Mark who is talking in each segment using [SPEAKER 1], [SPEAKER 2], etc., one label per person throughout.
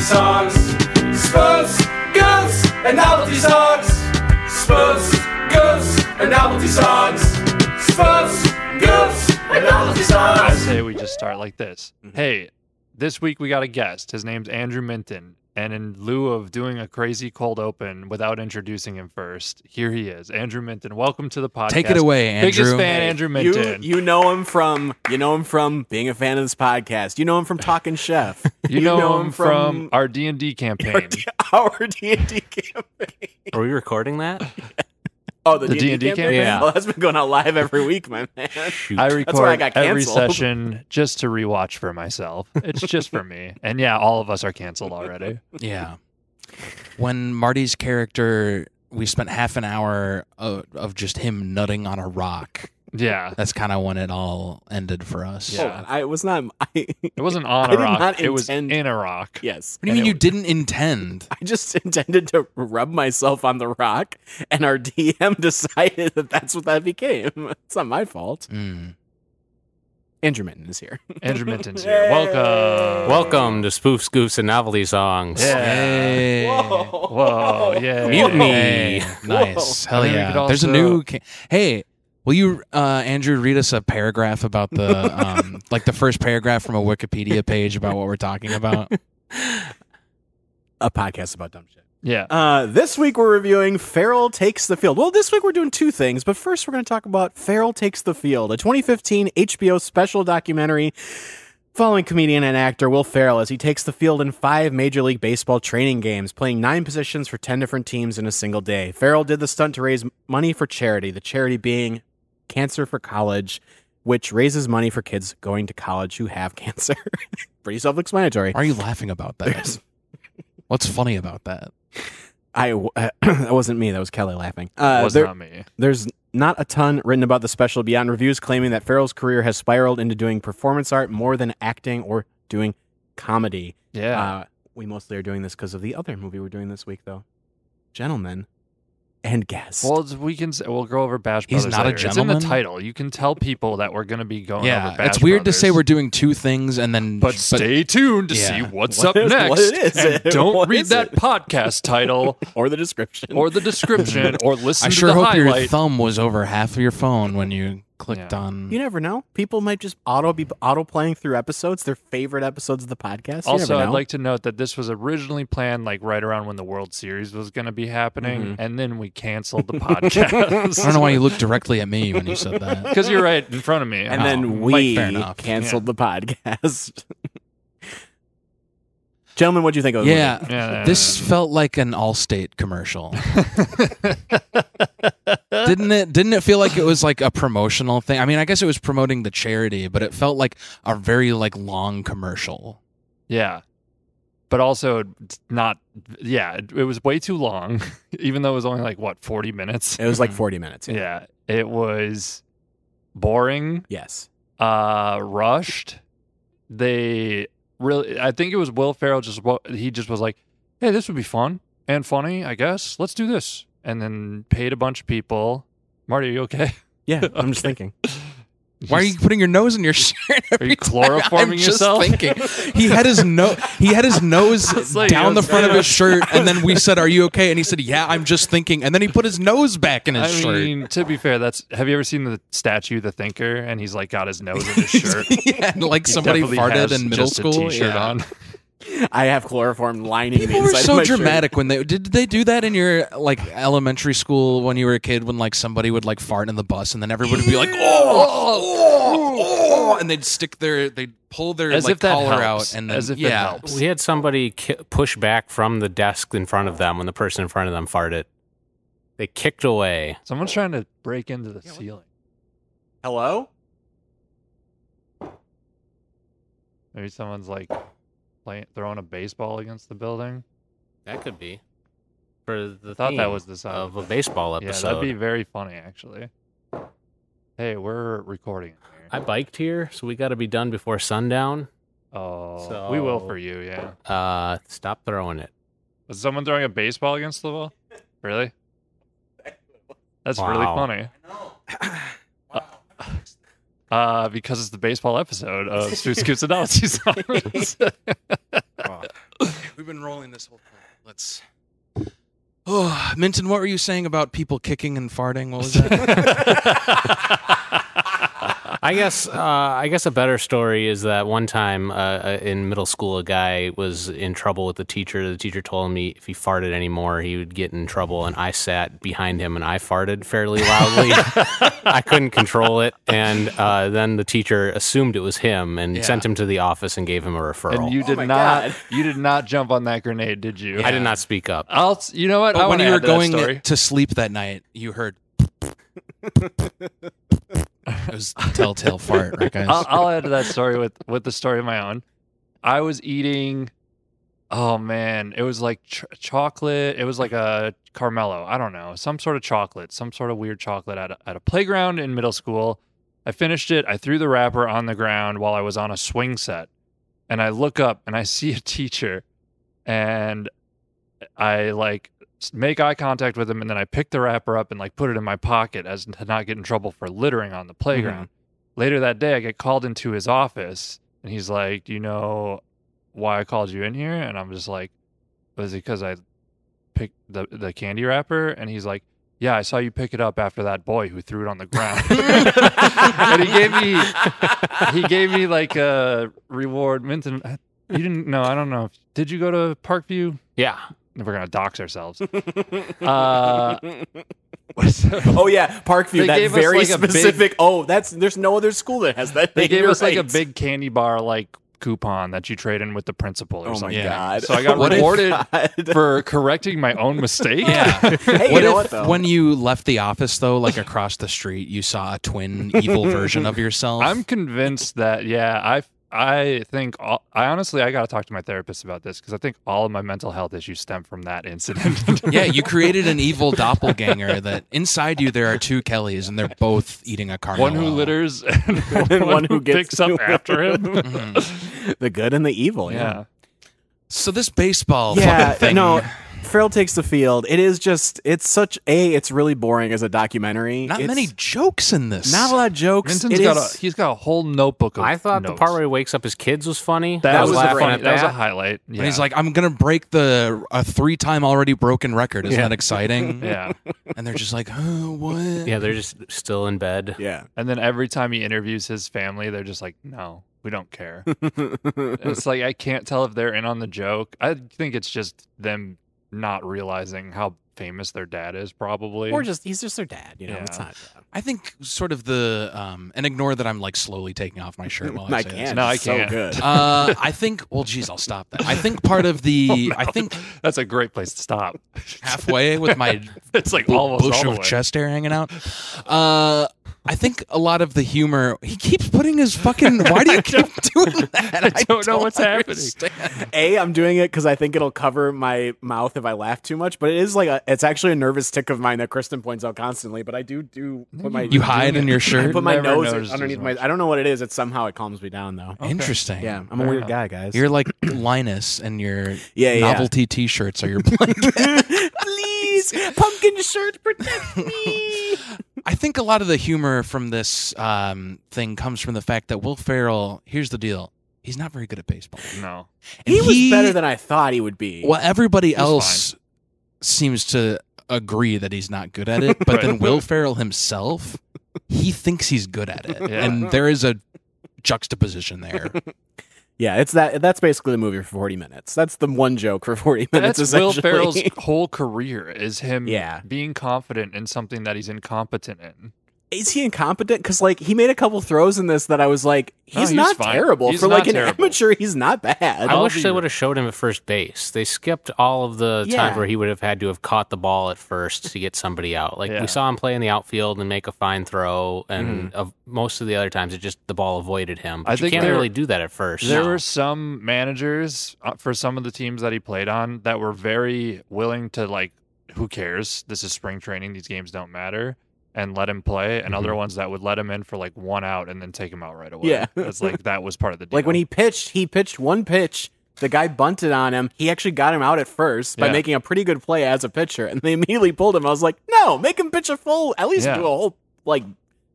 [SPEAKER 1] songs. Spurs, girls, and novelty songs. Spurs, girls, and novelty songs. Spurs, girls, and novelty
[SPEAKER 2] I
[SPEAKER 1] songs.
[SPEAKER 2] say we just start like this.
[SPEAKER 3] Mm-hmm.
[SPEAKER 2] Hey, this week we got a guest. His name's Andrew Minton. And in lieu of doing a crazy cold open without introducing him first, here he is, Andrew Minton. Welcome to the podcast.
[SPEAKER 4] Take it away,
[SPEAKER 2] Biggest
[SPEAKER 4] Andrew.
[SPEAKER 2] fan, Andrew
[SPEAKER 3] You,
[SPEAKER 2] Minton. You,
[SPEAKER 3] you know him from you know him from being a fan of this podcast. You know him from Talking Chef.
[SPEAKER 2] know, him from, our D and D campaign,
[SPEAKER 3] our D and D campaign.
[SPEAKER 4] Are we recording that?
[SPEAKER 3] Oh, the,
[SPEAKER 2] The
[SPEAKER 3] D&D,
[SPEAKER 2] D&D
[SPEAKER 3] campaign.
[SPEAKER 4] campaign?
[SPEAKER 3] Oh, that's been going out live every week, my man.
[SPEAKER 2] I
[SPEAKER 3] That's where I
[SPEAKER 2] record
[SPEAKER 3] got
[SPEAKER 2] every
[SPEAKER 3] canceled.
[SPEAKER 2] session just to rewatch for myself. It's just for me. And yeah, all of us are canceled already.
[SPEAKER 4] yeah. When Marty's character, we spent half an hour of, of just him nutting on a rock.
[SPEAKER 2] Yeah,
[SPEAKER 4] That's kind of when it all ended for us.
[SPEAKER 3] Hold on, I was not. I,
[SPEAKER 2] it wasn't on
[SPEAKER 3] I
[SPEAKER 2] a
[SPEAKER 3] did
[SPEAKER 2] rock.
[SPEAKER 3] not
[SPEAKER 2] it was
[SPEAKER 3] intend-
[SPEAKER 2] in a rock.
[SPEAKER 3] yes,
[SPEAKER 4] What do you mean you didn't intend?
[SPEAKER 3] I just intended to rub myself on the rock, and our DM decided that that's what that became. It's not my fault.
[SPEAKER 4] Mm.
[SPEAKER 3] Andrew Minton is here.
[SPEAKER 2] Andrew Minton's here. Welcome.
[SPEAKER 5] Welcome to Spoof Scoops and Novelty Songs.
[SPEAKER 2] Yeah.
[SPEAKER 4] Hey.
[SPEAKER 2] Whoa, yeah.
[SPEAKER 5] Mutiny.
[SPEAKER 4] Hey, nice. Hell
[SPEAKER 2] And then we
[SPEAKER 4] yeah.
[SPEAKER 2] could
[SPEAKER 4] There's a
[SPEAKER 2] also-
[SPEAKER 4] new. Ca- hey, will you, uh, Andrew, read us a paragraph about the, um, like the first paragraph from a Wikipedia page about what we're talking about?
[SPEAKER 3] A podcast about dumb shit.
[SPEAKER 2] Yeah.
[SPEAKER 3] Uh, this week we're reviewing Farrell Takes the Field. Well, this week we're doing two things, but first we're going to talk about Farrell Takes the Field, a 2015 HBO special documentary following comedian and actor Will Farrell as he takes the field in five Major League Baseball training games, playing nine positions for 10 different teams in a single day. Farrell did the stunt to raise money for charity, the charity being Cancer for College, which raises money for kids going to college who have cancer. Pretty self explanatory.
[SPEAKER 4] Why are you laughing about that? What's funny about that?
[SPEAKER 3] I, that wasn't me. That was Kelly laughing. Uh,
[SPEAKER 2] was
[SPEAKER 3] there-
[SPEAKER 2] not me.
[SPEAKER 3] There's not a ton written about the special beyond reviews claiming that Farrell's career has spiraled into doing performance art more than acting or doing comedy.
[SPEAKER 2] Yeah.
[SPEAKER 3] Uh, we mostly are doing this because of the other movie we're doing this week, though. Gentlemen and guests.
[SPEAKER 2] well, it's- we can s- we'll go over Bash
[SPEAKER 4] He's
[SPEAKER 2] Brothers.
[SPEAKER 4] not a
[SPEAKER 2] later.
[SPEAKER 4] gentleman?
[SPEAKER 2] It's in the title. You can tell people that we're going to be going over Bash
[SPEAKER 4] it's weird to say
[SPEAKER 2] Brothers.
[SPEAKER 4] we're doing two things and then
[SPEAKER 2] But stay tuned to see
[SPEAKER 4] Yeah.
[SPEAKER 2] what's
[SPEAKER 3] What
[SPEAKER 2] up
[SPEAKER 3] is-
[SPEAKER 2] next.
[SPEAKER 3] what is
[SPEAKER 2] and
[SPEAKER 3] it?
[SPEAKER 2] don't
[SPEAKER 3] What
[SPEAKER 2] read
[SPEAKER 3] is
[SPEAKER 2] that
[SPEAKER 3] it?
[SPEAKER 2] podcast title
[SPEAKER 3] or the description.
[SPEAKER 2] or the description or listen
[SPEAKER 4] I
[SPEAKER 2] to
[SPEAKER 4] sure
[SPEAKER 2] the
[SPEAKER 4] hope your
[SPEAKER 2] highlight.
[SPEAKER 4] thumb was over half of your phone when you clicked
[SPEAKER 2] Yeah.
[SPEAKER 4] on.
[SPEAKER 3] you never know. People might just auto be auto playing through episodes, their favorite episodes of the podcast. You
[SPEAKER 2] also,
[SPEAKER 3] never
[SPEAKER 2] I'd
[SPEAKER 3] know.
[SPEAKER 2] like to note that this was originally planned like right around when the World Series was going to be happening, and then we canceled the podcast.
[SPEAKER 4] Mm-hmm. I don't know why you looked directly at me when you said that.
[SPEAKER 2] Because you're right in front of me.
[SPEAKER 3] and
[SPEAKER 4] Oh,
[SPEAKER 3] then
[SPEAKER 4] Mike,
[SPEAKER 3] we
[SPEAKER 4] fair enough.
[SPEAKER 3] canceled the podcast. Gentlemen, what do you think of the movie?
[SPEAKER 4] Yeah,
[SPEAKER 2] Yeah.
[SPEAKER 4] this felt like an Allstate commercial, didn't it? Didn't it feel like it was like a promotional thing? I mean, I guess it was promoting the charity, but it felt like a very like long commercial.
[SPEAKER 2] Yeah. But also it's not yeah, it, it was way too long, even though it was only like what, 40 minutes.
[SPEAKER 3] It was like 40 minutes. yeah.
[SPEAKER 2] Yeah. It was boring,
[SPEAKER 3] Yes.
[SPEAKER 2] uh rushed. They really I think it was Will Ferrell just wa- he just was like, "Hey, this would be fun and funny, I guess. Let's do this." And then paid a bunch of people. Marty, are you okay?
[SPEAKER 3] Yeah, I'm just thinking.
[SPEAKER 4] Why are you putting your nose in your shirt?
[SPEAKER 2] Are you
[SPEAKER 4] every time?
[SPEAKER 2] chloroforming
[SPEAKER 4] I'm
[SPEAKER 2] yourself?
[SPEAKER 4] Just thinking. He had his no he had his nose
[SPEAKER 2] was like, I
[SPEAKER 4] down the
[SPEAKER 2] was-
[SPEAKER 4] front of his shirt and then we said, Are you okay? And he said, Yeah, I'm just thinking and then he put his nose back in his
[SPEAKER 2] I
[SPEAKER 4] shirt.
[SPEAKER 2] mean, to be fair, that's have you ever seen the statue, the thinker, and he's like got his nose in his shirt?
[SPEAKER 4] yeah, and like
[SPEAKER 2] He
[SPEAKER 4] somebody
[SPEAKER 2] definitely
[SPEAKER 4] farted
[SPEAKER 2] has
[SPEAKER 4] in middle
[SPEAKER 2] just
[SPEAKER 4] school.
[SPEAKER 2] A t-shirt
[SPEAKER 4] yeah.
[SPEAKER 2] on.
[SPEAKER 3] I have chloroform lining the
[SPEAKER 4] People were
[SPEAKER 3] inside of
[SPEAKER 4] so
[SPEAKER 3] my shirt.
[SPEAKER 4] dramatic when they did they do that in your like elementary school when you were a kid when like somebody would like fart in the bus and then everybody would be like oh, oh, oh," and they'd stick their they'd pull their
[SPEAKER 2] As
[SPEAKER 4] like
[SPEAKER 2] if that
[SPEAKER 4] collar
[SPEAKER 2] helps.
[SPEAKER 4] out and then
[SPEAKER 2] As if it
[SPEAKER 4] yeah
[SPEAKER 2] helps.
[SPEAKER 5] We had somebody ki- push back from the desk in front of them when the person in front of them farted. They kicked away.
[SPEAKER 2] Someone's trying to break into the ceiling.
[SPEAKER 3] Hello?
[SPEAKER 2] Maybe someone's like playing, throwing a baseball against the building.
[SPEAKER 5] That could be. For the
[SPEAKER 2] Thought that
[SPEAKER 5] theme
[SPEAKER 2] was the sound
[SPEAKER 5] of a
[SPEAKER 2] effect.
[SPEAKER 5] baseball
[SPEAKER 2] Yeah, that'd
[SPEAKER 5] episode.
[SPEAKER 2] be very funny actually. Hey, we're recording. Here.
[SPEAKER 5] I biked here, so we got to be done before sundown.
[SPEAKER 2] oh, we will for
[SPEAKER 5] So-
[SPEAKER 2] you. Yeah.
[SPEAKER 5] Uh, stop throwing it.
[SPEAKER 2] Was someone throwing a baseball against the wall? Really? That's really
[SPEAKER 5] Wow.
[SPEAKER 2] funny. Uh, uh, because it's the baseball episode of Stu Scoops and Nazis.
[SPEAKER 4] We've been rolling this whole time. Let's. Oh, Minton, what were you saying about people kicking and farting? What was that?
[SPEAKER 5] I guess uh, I guess a better story is that one time uh, uh, in middle school, a guy was in trouble with the teacher. The teacher told him he, if he farted anymore, he would get in trouble. And I sat behind him and I farted fairly loudly. I couldn't control it, and uh, then the teacher assumed it was him and sent him to the office and gave him a referral.
[SPEAKER 2] And you did
[SPEAKER 3] Oh my
[SPEAKER 2] not.
[SPEAKER 3] God.
[SPEAKER 2] You did not jump on that grenade, did you?
[SPEAKER 5] I did not speak up.
[SPEAKER 2] I'll. s- You know what? I
[SPEAKER 4] but when
[SPEAKER 2] wanna add
[SPEAKER 4] you were
[SPEAKER 2] to that
[SPEAKER 4] going
[SPEAKER 2] story.
[SPEAKER 4] to sleep that night, you heard. it was a telltale fart, right, guys?
[SPEAKER 2] I'll, I'll add to that story with with the story of my own. I was eating. Oh man, it was like ch- chocolate. It was like a Carmelo. I don't know, some sort of chocolate, some sort of weird chocolate at a, at a playground in middle school. I finished it. I threw the wrapper on the ground while I was on a swing set, and I look up and I see a teacher, and I like s- make eye contact with him, and then I pick the wrapper up and like put it in my pocket as to not get in trouble for littering on the playground later that day, I get called into his office and he's like, Do you know why I called you in here? And I'm just like, Was it because I picked the, the candy wrapper? And he's like, Yeah, I saw you pick it up after that boy who threw it on the ground. and he gave me, he gave me like a reward. Minton, I- you didn't know. I don't know. Did you go to Parkview?
[SPEAKER 5] Yeah,
[SPEAKER 2] We're going to dox ourselves. Uh, so-
[SPEAKER 3] Oh yeah, Parkview.
[SPEAKER 2] They
[SPEAKER 3] that
[SPEAKER 2] gave us,
[SPEAKER 3] very
[SPEAKER 2] like, a big-
[SPEAKER 3] specific. oh, that's there's no other school that has that.
[SPEAKER 2] they
[SPEAKER 3] thing,
[SPEAKER 2] gave
[SPEAKER 3] you're
[SPEAKER 2] us like a
[SPEAKER 3] right.
[SPEAKER 2] big candy bar like coupon that you trade in with the principal or
[SPEAKER 3] Oh my
[SPEAKER 2] something.
[SPEAKER 3] god!
[SPEAKER 2] So I got
[SPEAKER 3] Oh my
[SPEAKER 2] rewarded
[SPEAKER 3] God.
[SPEAKER 2] for correcting my own mistake.
[SPEAKER 4] yeah.
[SPEAKER 3] hey, you
[SPEAKER 4] what
[SPEAKER 3] know
[SPEAKER 4] if
[SPEAKER 3] what though?
[SPEAKER 4] when you left the office though, like across the street, you saw a twin evil version of yourself?
[SPEAKER 2] I'm convinced that yeah, I I think all, I honestly I got to talk to my therapist about this because I think all of my mental health issues stem from that incident.
[SPEAKER 4] yeah, you created an evil doppelganger that inside you there are two Kellys and they're both eating a Carmelo.
[SPEAKER 2] one who litters and,
[SPEAKER 3] And
[SPEAKER 2] one, who
[SPEAKER 3] gets
[SPEAKER 2] picks up
[SPEAKER 3] to-
[SPEAKER 2] after him.
[SPEAKER 3] the good and the evil. Yeah.
[SPEAKER 2] yeah.
[SPEAKER 4] So this baseball
[SPEAKER 3] yeah
[SPEAKER 4] fucking thing.
[SPEAKER 3] no farrell takes the field it is just it's such a it's really boring as a documentary
[SPEAKER 4] not
[SPEAKER 3] It's
[SPEAKER 4] many jokes in this.
[SPEAKER 3] not a lot of jokes
[SPEAKER 2] Vincent's
[SPEAKER 3] It
[SPEAKER 2] got
[SPEAKER 3] is-
[SPEAKER 2] a he's got a whole notebook of
[SPEAKER 5] I thought the
[SPEAKER 2] notes.
[SPEAKER 5] part where he wakes up his kids was funny.
[SPEAKER 2] that,
[SPEAKER 5] I
[SPEAKER 2] was, a
[SPEAKER 5] laughing
[SPEAKER 2] funny,
[SPEAKER 5] at
[SPEAKER 2] that was a highlight. Yeah.
[SPEAKER 4] And he's like, I'm gonna break the a three time already broken record. Isn't that exciting?
[SPEAKER 2] yeah.
[SPEAKER 4] And they're just like, huh, what?
[SPEAKER 5] yeah, they're just still in bed.
[SPEAKER 3] yeah
[SPEAKER 2] And then every time he interviews his family, they're just like, no, we don't care. And it's like, I can't tell if they're in on the joke. I think it's just them not realizing how famous their dad is, probably.
[SPEAKER 3] or just he's just their dad you know
[SPEAKER 2] Yeah.
[SPEAKER 3] it's not
[SPEAKER 4] I think sort of the um and ignore that I'm like slowly taking off my shirt while I,
[SPEAKER 3] i
[SPEAKER 4] say
[SPEAKER 3] can't
[SPEAKER 4] This.
[SPEAKER 2] No, I
[SPEAKER 3] It's
[SPEAKER 2] can't.
[SPEAKER 3] so good
[SPEAKER 4] Uh, I think. Well, geez, I'll stop that. I think part of the.
[SPEAKER 2] Oh,
[SPEAKER 4] I think
[SPEAKER 2] That's a great place to stop.
[SPEAKER 4] halfway with my
[SPEAKER 2] it's like
[SPEAKER 4] bu-
[SPEAKER 2] almost
[SPEAKER 4] bush
[SPEAKER 2] all the
[SPEAKER 4] of
[SPEAKER 2] way.
[SPEAKER 4] chest hair hanging out. Uh, I think a lot of the humor. He keeps putting his fucking. Why do you keep doing that? I
[SPEAKER 2] don't know what's happening.
[SPEAKER 4] happening.
[SPEAKER 3] a i'm doing it because i think it'll cover my mouth if i laugh too much but it is like a it's actually a nervous tick of mine that kristen points out constantly but i do do put my
[SPEAKER 4] You hide in your shirt.
[SPEAKER 3] put my
[SPEAKER 2] Never
[SPEAKER 3] nose
[SPEAKER 2] noticed
[SPEAKER 3] underneath
[SPEAKER 2] as
[SPEAKER 3] my
[SPEAKER 2] much. Oh,
[SPEAKER 3] i don't know what it is it's somehow it calms me down though
[SPEAKER 4] Interesting.
[SPEAKER 3] yeah i'm a weird guy guys
[SPEAKER 4] You're like Linus, and your
[SPEAKER 3] Yeah, yeah.
[SPEAKER 4] novelty T-shirts are your blanket.
[SPEAKER 3] please pumpkin shirt protect me
[SPEAKER 4] I think a lot of the humor from this um, thing comes from the fact that Will Ferrell. Here's the deal: he's not very good at baseball.
[SPEAKER 2] No.
[SPEAKER 4] And
[SPEAKER 3] he was better than i thought he would be
[SPEAKER 4] Well, everybody
[SPEAKER 2] was
[SPEAKER 4] else seems to agree that he's not good at it, but then
[SPEAKER 2] Right.
[SPEAKER 4] Will Ferrell himself, he thinks he's good at it,
[SPEAKER 2] Yeah.
[SPEAKER 4] and there is a juxtaposition there.
[SPEAKER 3] Yeah, it's that. That's basically the movie for forty minutes. That's the one joke for forty minutes.
[SPEAKER 2] That's Will
[SPEAKER 3] essentially.
[SPEAKER 2] Ferrell's whole career is him
[SPEAKER 3] Yeah.
[SPEAKER 2] being confident in something that he's incompetent in.
[SPEAKER 3] Is he incompetent? Because like he made a couple throws in this that I was like,
[SPEAKER 2] No,
[SPEAKER 3] he's
[SPEAKER 2] he was
[SPEAKER 3] not
[SPEAKER 2] fine.
[SPEAKER 3] terrible
[SPEAKER 2] He's
[SPEAKER 3] for
[SPEAKER 2] not
[SPEAKER 3] like an
[SPEAKER 2] terrible.
[SPEAKER 3] amateur. He's not
[SPEAKER 5] I,
[SPEAKER 3] bad.
[SPEAKER 2] I'll
[SPEAKER 5] wish
[SPEAKER 2] be
[SPEAKER 5] they
[SPEAKER 2] re-
[SPEAKER 5] would have showed him at first base. They skipped all of the
[SPEAKER 3] Yeah.
[SPEAKER 5] time where he would have had to have caught the ball at first to get somebody out. Like
[SPEAKER 2] Yeah.
[SPEAKER 5] we saw him play in the outfield and make a fine throw, and of most of the other times it just the ball avoided him. But
[SPEAKER 2] I
[SPEAKER 5] you
[SPEAKER 2] think
[SPEAKER 5] can't
[SPEAKER 2] there-
[SPEAKER 5] really do that at first.
[SPEAKER 2] There
[SPEAKER 5] No.
[SPEAKER 2] were some managers uh, for some of the teams that he played on that were very willing to like, who cares? This is spring training; these games don't matter, and let him play. And other ones that would let him in for like one out and then take him out right away.
[SPEAKER 3] Mm-hmm. Yeah.
[SPEAKER 2] it's like that was part of the deal.
[SPEAKER 3] Like when he pitched, he pitched one pitch. The guy bunted on him. He actually got him out at first by
[SPEAKER 2] Yeah.
[SPEAKER 3] making a pretty good play as a pitcher, and they immediately pulled him. I was like, no, make him pitch a full, at least
[SPEAKER 2] Yeah.
[SPEAKER 3] do a whole like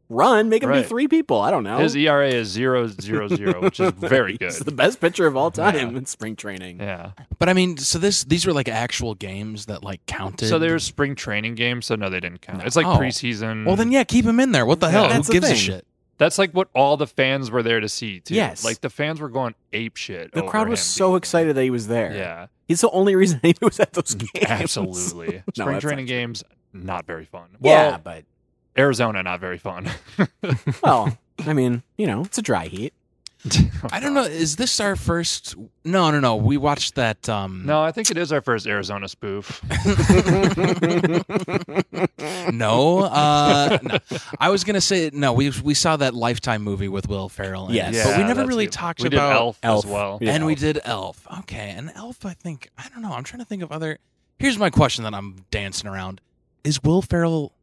[SPEAKER 3] run, make him
[SPEAKER 2] Right.
[SPEAKER 3] be three people. I don't know.
[SPEAKER 2] His ERA is zero zero zero, which is very good.
[SPEAKER 3] He's the best pitcher of all time in spring training.
[SPEAKER 2] Yeah.
[SPEAKER 4] But I mean, so this these were like actual games that like counted.
[SPEAKER 2] So there's spring training games, so no, they didn't count. It's like
[SPEAKER 4] Oh.
[SPEAKER 2] preseason.
[SPEAKER 4] Well, then yeah, keep him in there. What the hell?
[SPEAKER 3] That's
[SPEAKER 4] Who
[SPEAKER 3] the
[SPEAKER 4] gives a
[SPEAKER 3] thing.
[SPEAKER 4] shit?
[SPEAKER 2] that's like what all the fans were there to see too.
[SPEAKER 3] Yes.
[SPEAKER 2] like the fans were going ape shit.
[SPEAKER 3] The crowd was so excited that he was there.
[SPEAKER 2] Yeah, Mm,
[SPEAKER 3] He's the only reason he was at those games.
[SPEAKER 2] absolutely.
[SPEAKER 3] No,
[SPEAKER 2] Spring
[SPEAKER 3] that's
[SPEAKER 2] training
[SPEAKER 3] not true.
[SPEAKER 2] games not very fun.
[SPEAKER 3] yeah,
[SPEAKER 2] Well,
[SPEAKER 3] but
[SPEAKER 2] Arizona not very fun.
[SPEAKER 3] well, I mean, you know, it's a dry heat.
[SPEAKER 4] I don't know. Is this our first? No, no, no. We watched that. Um,
[SPEAKER 2] No, I think it is our first Arizona spoof.
[SPEAKER 4] no, uh, no. I was gonna say no. We we saw that Lifetime movie with Will Ferrell. In
[SPEAKER 3] Yes.
[SPEAKER 4] it,
[SPEAKER 3] Yeah,
[SPEAKER 4] but we never
[SPEAKER 2] that's
[SPEAKER 4] really
[SPEAKER 2] good.
[SPEAKER 4] talked
[SPEAKER 2] we
[SPEAKER 4] about
[SPEAKER 2] did Elf,
[SPEAKER 3] Elf.
[SPEAKER 2] as well.
[SPEAKER 3] Yeah.
[SPEAKER 4] And we did Elf. Okay, and Elf. I think I don't know. I'm trying to think of other. Here's my question that I'm dancing around: Is Will Ferrell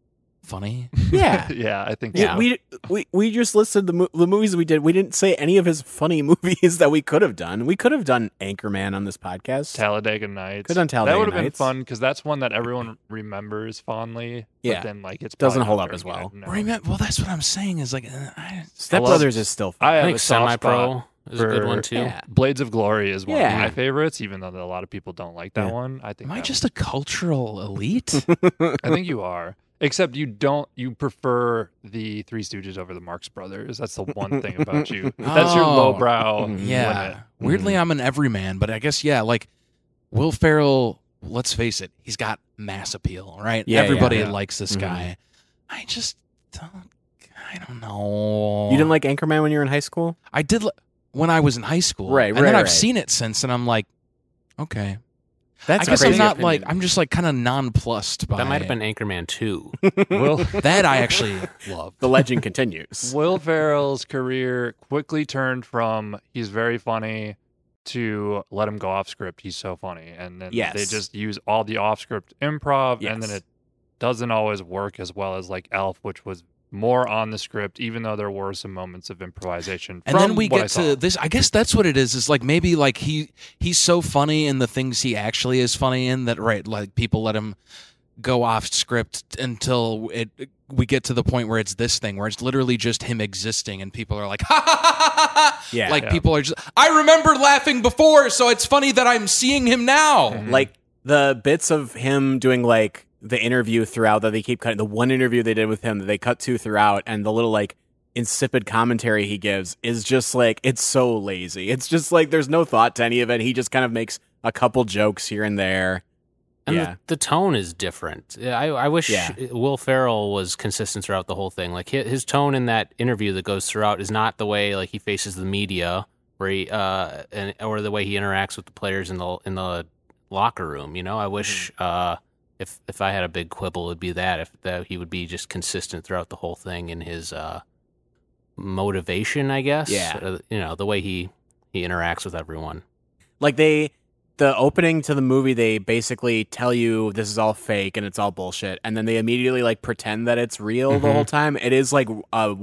[SPEAKER 4] funny?
[SPEAKER 3] Yeah.
[SPEAKER 2] Yeah, I think
[SPEAKER 3] Yeah.
[SPEAKER 2] so.
[SPEAKER 3] We, we we just listed the mo- the movies we did. We didn't say any of his funny movies that we could have done. We could have done Anchorman on this podcast.
[SPEAKER 2] Talladega Nights.
[SPEAKER 3] Good on Talladega
[SPEAKER 2] that would have been
[SPEAKER 3] Nights.
[SPEAKER 2] fun because that's one that everyone remembers fondly.
[SPEAKER 3] Yeah.
[SPEAKER 2] But then like it's
[SPEAKER 3] Doesn't
[SPEAKER 2] probably
[SPEAKER 3] hold
[SPEAKER 2] not
[SPEAKER 3] up
[SPEAKER 2] very
[SPEAKER 3] as well.
[SPEAKER 2] good, no.
[SPEAKER 4] Remember, well, that's what I'm saying. Is like, uh, I,
[SPEAKER 3] Step
[SPEAKER 2] I love-
[SPEAKER 3] Brothers is still fun.
[SPEAKER 2] I
[SPEAKER 5] I
[SPEAKER 2] have
[SPEAKER 5] think
[SPEAKER 2] a soft
[SPEAKER 5] semi
[SPEAKER 2] spot.
[SPEAKER 5] pro is a good
[SPEAKER 2] for-
[SPEAKER 5] one too.
[SPEAKER 3] Yeah.
[SPEAKER 2] Blades of Glory is one
[SPEAKER 3] Yeah.
[SPEAKER 2] of my favorites, even though a lot of people don't like that
[SPEAKER 3] Yeah.
[SPEAKER 2] one. I think
[SPEAKER 4] am I
[SPEAKER 2] that-
[SPEAKER 4] just a cultural elite?
[SPEAKER 2] I think you are. Except you don't. You prefer the Three Stooges over the Marx Brothers. That's the one thing about you. That's your
[SPEAKER 4] Oh.
[SPEAKER 2] lowbrow.
[SPEAKER 4] yeah. Mm-hmm.
[SPEAKER 2] limit.
[SPEAKER 4] Weirdly, I'm an everyman, but I guess yeah. Like Will Ferrell. Let's face it, he's got mass appeal, right?
[SPEAKER 3] Yeah, yeah,
[SPEAKER 4] Everybody
[SPEAKER 2] yeah.
[SPEAKER 4] likes this
[SPEAKER 3] Mhm.
[SPEAKER 4] guy. I just don't. I don't know.
[SPEAKER 3] you didn't like Anchorman when you were in high school?
[SPEAKER 4] I did li- when I was in high school.
[SPEAKER 3] Right,
[SPEAKER 4] And
[SPEAKER 3] right,
[SPEAKER 4] then I've
[SPEAKER 3] right.
[SPEAKER 4] seen it since, and I'm like, okay.
[SPEAKER 3] That's
[SPEAKER 4] I guess
[SPEAKER 3] a
[SPEAKER 4] I'm
[SPEAKER 3] crazy
[SPEAKER 4] not like
[SPEAKER 3] opinion.
[SPEAKER 4] I'm just like kind of nonplussed by
[SPEAKER 5] That might have been Anchorman two.
[SPEAKER 2] Will
[SPEAKER 4] that. I actually love.
[SPEAKER 3] the legend continues.
[SPEAKER 2] Will Ferrell's career quickly turned from he's very funny to let him go off script. He's so funny, and then
[SPEAKER 3] Yes.
[SPEAKER 2] they just use all the off script improv, and then
[SPEAKER 3] Yes.
[SPEAKER 2] it doesn't always work as well as like Elf, which was more on the script, even though there were some moments of improvisation.
[SPEAKER 4] And
[SPEAKER 2] from
[SPEAKER 4] then we
[SPEAKER 2] what I
[SPEAKER 4] get
[SPEAKER 2] saw.
[SPEAKER 4] to this. I guess that's what it is. Is like maybe like he he's so funny in the things he actually is funny in that right like people let him go off script until it we get to the point where it's this thing where it's literally just him existing and people are like ha ha ha ha ha, ha.
[SPEAKER 3] Yeah.
[SPEAKER 4] like
[SPEAKER 2] Yeah.
[SPEAKER 4] people are just I remember laughing before so it's funny that I'm seeing him now.
[SPEAKER 3] like the bits of him doing like the interview throughout that they keep cutting the one interview they did with him that they cut to throughout and the little like insipid commentary he gives is just like it's so lazy it's just like there's no thought to any of it he just kind of makes a couple jokes here and there
[SPEAKER 5] And
[SPEAKER 3] Yeah.
[SPEAKER 5] the, the tone is different. Yeah, I, I wish
[SPEAKER 3] Yeah.
[SPEAKER 5] Will Ferrell was consistent throughout the whole thing. Like his, his tone in that interview that goes throughout is not the way like he faces the media, where he, uh, and, or the way he interacts with the players in the in the locker room. You know,
[SPEAKER 3] Mm-hmm.
[SPEAKER 5] I wish uh, if if I had a big quibble, it'd be that if that he would be just consistent throughout the whole thing in his uh, motivation. I guess.
[SPEAKER 3] Yeah.
[SPEAKER 5] Uh, you know the way he he interacts with everyone.
[SPEAKER 3] like they the opening to the movie they basically tell you this is all fake and it's all bullshit and then they immediately like pretend that it's real the
[SPEAKER 5] Mhm.
[SPEAKER 3] whole time it is like a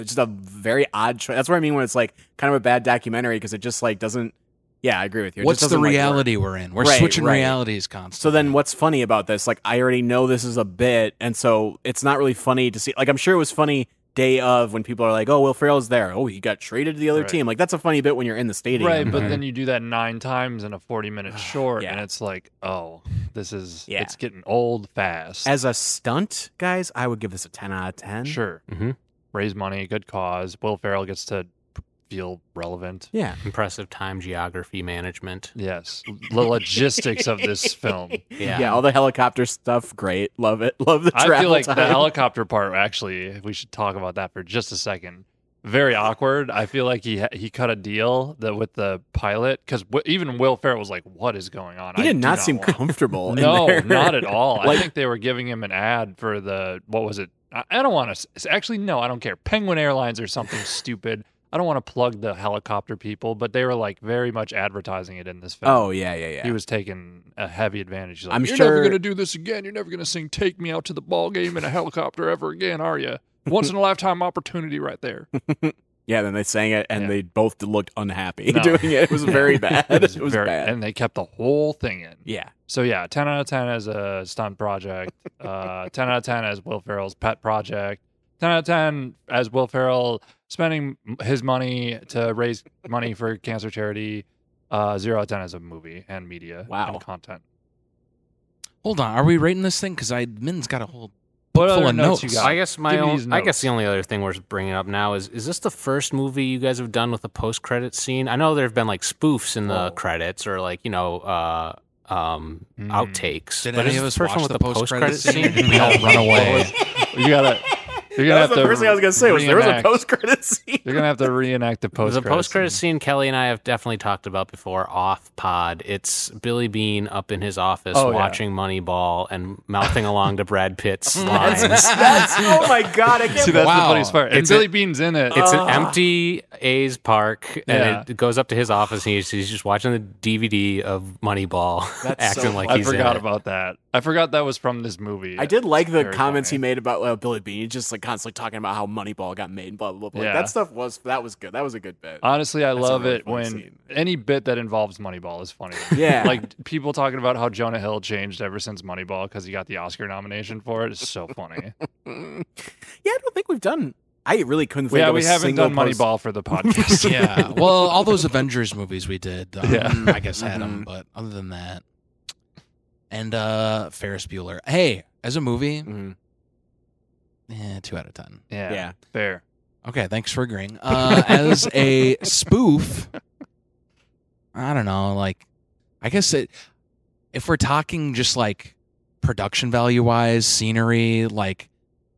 [SPEAKER 3] just a very odd choice that's what i mean when it's like kind of a bad documentary because it just like doesn't yeah i agree with you It
[SPEAKER 4] What's
[SPEAKER 3] just
[SPEAKER 4] the
[SPEAKER 3] doesn't, like, work.
[SPEAKER 4] reality we're in? We're
[SPEAKER 3] Right,
[SPEAKER 4] switching
[SPEAKER 3] right.
[SPEAKER 4] realities constantly.
[SPEAKER 3] so then what's funny about this like i already know this is a bit and so it's not really funny to see like i'm sure it was funny day of when people are like oh will ferrell's there oh he got traded to the other
[SPEAKER 2] Right.
[SPEAKER 3] team like that's a funny bit when you're in the stadium
[SPEAKER 2] Right, but
[SPEAKER 5] Mhm.
[SPEAKER 2] then you do that nine times in a forty-minute short,
[SPEAKER 3] Yeah.
[SPEAKER 2] and it's like, oh, this is
[SPEAKER 3] Yeah.
[SPEAKER 2] it's getting old fast.
[SPEAKER 3] as a stunt guys i would give this a Mm-hmm. 10 out of 10
[SPEAKER 2] Sure.
[SPEAKER 5] Mhm.
[SPEAKER 2] Raise money, good cause. Will Ferrell gets to p- feel relevant.
[SPEAKER 3] Yeah.
[SPEAKER 5] Impressive time geography management.
[SPEAKER 2] Yes. The logistics of this film.
[SPEAKER 3] yeah.
[SPEAKER 5] Yeah.
[SPEAKER 3] All the helicopter stuff, great. Love it. Love the travel
[SPEAKER 2] I feel like
[SPEAKER 3] time.
[SPEAKER 2] the helicopter part, actually, we should talk about that for just a second. Very awkward. I feel like he ha- he cut a deal that with the pilot because w- even Will Ferrell was like, "What is going on?"
[SPEAKER 3] he
[SPEAKER 2] I
[SPEAKER 3] did
[SPEAKER 2] do
[SPEAKER 3] not seem
[SPEAKER 2] want-"
[SPEAKER 3] comfortable. in
[SPEAKER 2] No,
[SPEAKER 3] there.
[SPEAKER 2] not at all.
[SPEAKER 3] Like-
[SPEAKER 2] I think they were giving him an ad for the what was it? I, I don't want to. Actually, no, I don't care. Penguin Airlines or something stupid. I don't want to plug the helicopter people, but they were like very much advertising it in this film.
[SPEAKER 3] Oh yeah, yeah, yeah.
[SPEAKER 2] He was taking a heavy advantage. He's like,
[SPEAKER 3] I'm
[SPEAKER 2] You're
[SPEAKER 3] sure-
[SPEAKER 2] never going to do this again. You're never going to sing "Take Me Out to the Ball Game" in a helicopter ever again, are you? Once in a lifetime opportunity, right there.
[SPEAKER 3] yeah. Then they sang it, and
[SPEAKER 2] Yeah.
[SPEAKER 3] they both looked unhappy
[SPEAKER 2] No.
[SPEAKER 3] doing it. It was very bad. It was,
[SPEAKER 2] very-
[SPEAKER 3] bad.
[SPEAKER 2] and they kept the whole thing in.
[SPEAKER 3] yeah.
[SPEAKER 2] So yeah, ten out of ten as a stunt project. Uh, ten out of ten as Will Ferrell's pet project. 10 out of 10 as Will Ferrell spending his money to raise money for cancer charity. Uh, 0 out of 10 as a movie and media
[SPEAKER 3] Wow.
[SPEAKER 2] and content.
[SPEAKER 4] Hold on, are we rating this thing? Because I Min's got a whole
[SPEAKER 2] What
[SPEAKER 4] Full
[SPEAKER 2] other
[SPEAKER 4] of
[SPEAKER 2] notes,
[SPEAKER 4] notes.
[SPEAKER 2] you got?
[SPEAKER 5] I guess my
[SPEAKER 2] Give me
[SPEAKER 5] own,
[SPEAKER 2] these
[SPEAKER 5] I guess
[SPEAKER 2] notes.
[SPEAKER 5] the only other thing worth bringing up now is is this the first movie you guys have done with a post credit scene? I know there have been like spoofs in the credits or like you know uh, um,
[SPEAKER 2] Mm.
[SPEAKER 5] outtakes.
[SPEAKER 4] Did
[SPEAKER 5] but
[SPEAKER 4] any
[SPEAKER 5] is
[SPEAKER 4] of us
[SPEAKER 5] this the first one
[SPEAKER 4] watch the
[SPEAKER 5] with the post
[SPEAKER 4] post-credit
[SPEAKER 5] credit
[SPEAKER 4] scene?
[SPEAKER 5] scene?
[SPEAKER 2] we all run away. You gotta. You're gonna
[SPEAKER 3] That
[SPEAKER 2] have
[SPEAKER 3] was the
[SPEAKER 2] to.
[SPEAKER 3] first thing I was gonna say was there was a
[SPEAKER 2] reenact-
[SPEAKER 3] post credit scene.
[SPEAKER 2] You're gonna have to reenact the post.
[SPEAKER 5] the post credit scene Kelly and I have definitely talked about before off pod. It's Billy Bean up in his office
[SPEAKER 2] Oh, yeah.
[SPEAKER 5] watching Moneyball and mouthing along to Brad Pitt's lines.
[SPEAKER 3] That's oh my god! I can't.
[SPEAKER 2] See, that's
[SPEAKER 4] Wow.
[SPEAKER 2] the funniest part. And
[SPEAKER 5] It's a-
[SPEAKER 2] Billy Bean's in it. Uh,
[SPEAKER 5] It's an empty A's park, and
[SPEAKER 2] Ah. Yeah.
[SPEAKER 5] it goes up to his office, and he's, he's just watching the DVD of Moneyball, acting like
[SPEAKER 2] I
[SPEAKER 5] he's
[SPEAKER 2] forgot
[SPEAKER 5] in it.
[SPEAKER 2] about that. I forgot that was from this movie.
[SPEAKER 3] I did like the
[SPEAKER 2] Very
[SPEAKER 3] comments
[SPEAKER 2] funny.
[SPEAKER 3] he made about uh, Billy Bean. He's just like constantly talking about how Moneyball got made and blah blah blah. Like,
[SPEAKER 2] Yeah.
[SPEAKER 3] That stuff was that was good. That was a good bit.
[SPEAKER 2] Honestly, I
[SPEAKER 3] That's a
[SPEAKER 2] love
[SPEAKER 3] really
[SPEAKER 2] it
[SPEAKER 3] funny
[SPEAKER 2] when
[SPEAKER 3] scene.
[SPEAKER 2] any bit that involves Moneyball is funny.
[SPEAKER 3] Yeah.
[SPEAKER 2] like people talking about how Jonah Hill changed ever since Moneyball because he got the Oscar nomination for it is so funny.
[SPEAKER 3] Mm. yeah, I don't think we've done. I really couldn't think
[SPEAKER 2] yeah,
[SPEAKER 3] of a
[SPEAKER 2] we haven't
[SPEAKER 3] single
[SPEAKER 2] done
[SPEAKER 3] post-
[SPEAKER 2] Moneyball for the podcast.
[SPEAKER 4] yeah. Well, all those Avengers movies we did, um,
[SPEAKER 2] Yeah.
[SPEAKER 4] I guess had them. But other than that, and uh Ferris Bueller. Hey, as a movie,
[SPEAKER 3] Mhm.
[SPEAKER 4] eh, two out of ten.
[SPEAKER 2] yeah,
[SPEAKER 3] Yeah.
[SPEAKER 2] fair.
[SPEAKER 4] Okay, thanks for agreeing. Uh, as a spoof, I don't know. Like, I guess it, if we're talking just like production value wise, scenery, like,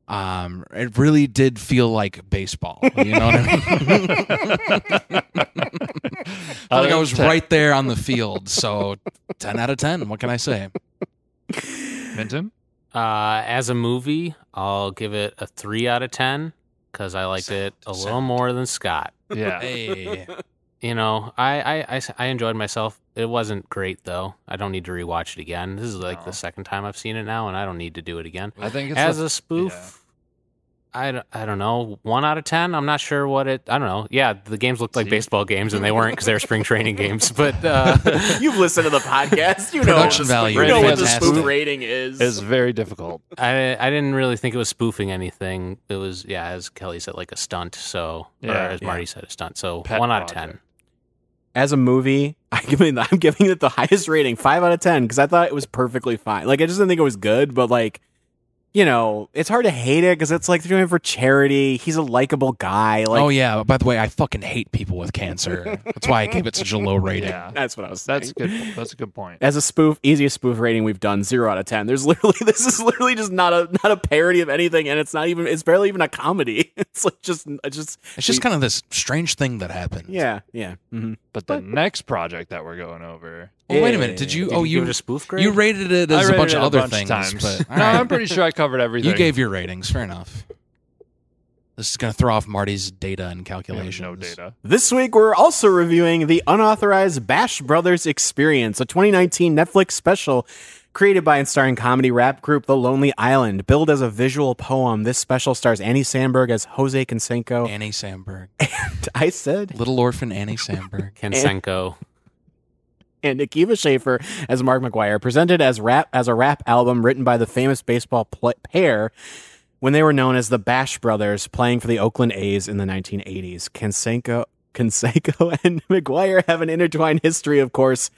[SPEAKER 4] um, it really did feel like baseball. You know what I mean? I like I was right there on the field. So, ten out of ten. What can I say?
[SPEAKER 2] Minton.
[SPEAKER 5] Uh, as a movie, I'll give it a three out of ten because I liked it a
[SPEAKER 4] Sound,
[SPEAKER 5] little more than Scott.
[SPEAKER 2] Yeah,
[SPEAKER 4] Hey,
[SPEAKER 5] You know, I, I- I s- I enjoyed myself. It wasn't great though. I don't need to rewatch it again. This is like
[SPEAKER 2] No.
[SPEAKER 5] the second time I've seen it now, and I don't need to do it again.
[SPEAKER 2] I think it's
[SPEAKER 5] as
[SPEAKER 2] the-
[SPEAKER 5] a spoof I, don't, I don't know one out of ten i'm not sure what it i don't know yeah the games looked like
[SPEAKER 2] See?
[SPEAKER 5] baseball games and they weren't because they were spring training games but uh,
[SPEAKER 3] You've listened to the podcast. You know
[SPEAKER 4] Production
[SPEAKER 3] what the,
[SPEAKER 4] value
[SPEAKER 3] You know what the
[SPEAKER 2] fantastic.
[SPEAKER 3] spoof rating is.
[SPEAKER 2] is very difficult.
[SPEAKER 5] I, I didn't really think it was spoofing anything it was yeah as kelly said like a stunt so or
[SPEAKER 2] Yeah,
[SPEAKER 5] as
[SPEAKER 2] yeah.
[SPEAKER 5] marty said a stunt so
[SPEAKER 2] Pet
[SPEAKER 5] one out of ten
[SPEAKER 2] project.
[SPEAKER 3] as a movie, I'm giving, I'm giving it the highest rating, five out of ten, because I thought it was perfectly fine. Like I just didn't think it was good, but like, you know, it's hard to hate it because it's like they're doing it for charity. He's a likable guy. Like
[SPEAKER 4] oh yeah. By the way, I fucking hate people with cancer. That's why I gave it such a low rating.
[SPEAKER 2] Yeah,
[SPEAKER 3] that's what I was. Saying.
[SPEAKER 2] that's good. That's a good point.
[SPEAKER 3] As a spoof, easiest spoof rating we've done, zero out of ten. There's literally this is literally just not a not a parody of anything, and it's not even it's barely even a comedy. It's like just it's just
[SPEAKER 4] It's just kind of this strange thing that happened.
[SPEAKER 3] yeah yeah. hmm
[SPEAKER 2] But the next project that we're going over,
[SPEAKER 4] Well, wait a minute. Did you?
[SPEAKER 5] Did
[SPEAKER 4] oh,
[SPEAKER 5] you
[SPEAKER 4] you
[SPEAKER 5] give it a spoof grade
[SPEAKER 4] you rated it as
[SPEAKER 2] I
[SPEAKER 4] a
[SPEAKER 2] rated
[SPEAKER 4] bunch
[SPEAKER 2] it
[SPEAKER 4] of other
[SPEAKER 2] bunch
[SPEAKER 4] things.
[SPEAKER 2] times.
[SPEAKER 4] But
[SPEAKER 2] no,
[SPEAKER 4] all
[SPEAKER 2] I'm
[SPEAKER 4] right.
[SPEAKER 2] pretty sure I covered everything.
[SPEAKER 4] you gave your ratings. Fair enough. This is going to throw off Marty's data
[SPEAKER 2] We
[SPEAKER 4] and
[SPEAKER 2] have
[SPEAKER 4] calculations.
[SPEAKER 2] no data.
[SPEAKER 3] This week, we're also reviewing the unauthorized Bash Brothers Experience, a 2019 Netflix special created by and starring comedy rap group The Lonely Island. Billed as a visual poem, this special stars Annie Sandberg as Jose Canseco.
[SPEAKER 4] Annie Samberg,
[SPEAKER 3] I said,
[SPEAKER 4] little orphan Annie Samberg.
[SPEAKER 5] kensenko
[SPEAKER 3] and Akiva Schaffer as Mark McGuire, presented as rap as a rap album written by the famous baseball pl- pair. When they were known as the Bash Brothers, playing for the Oakland A's in the 1980s, Canseco, Canseco and McGuire have an intertwined history, of course.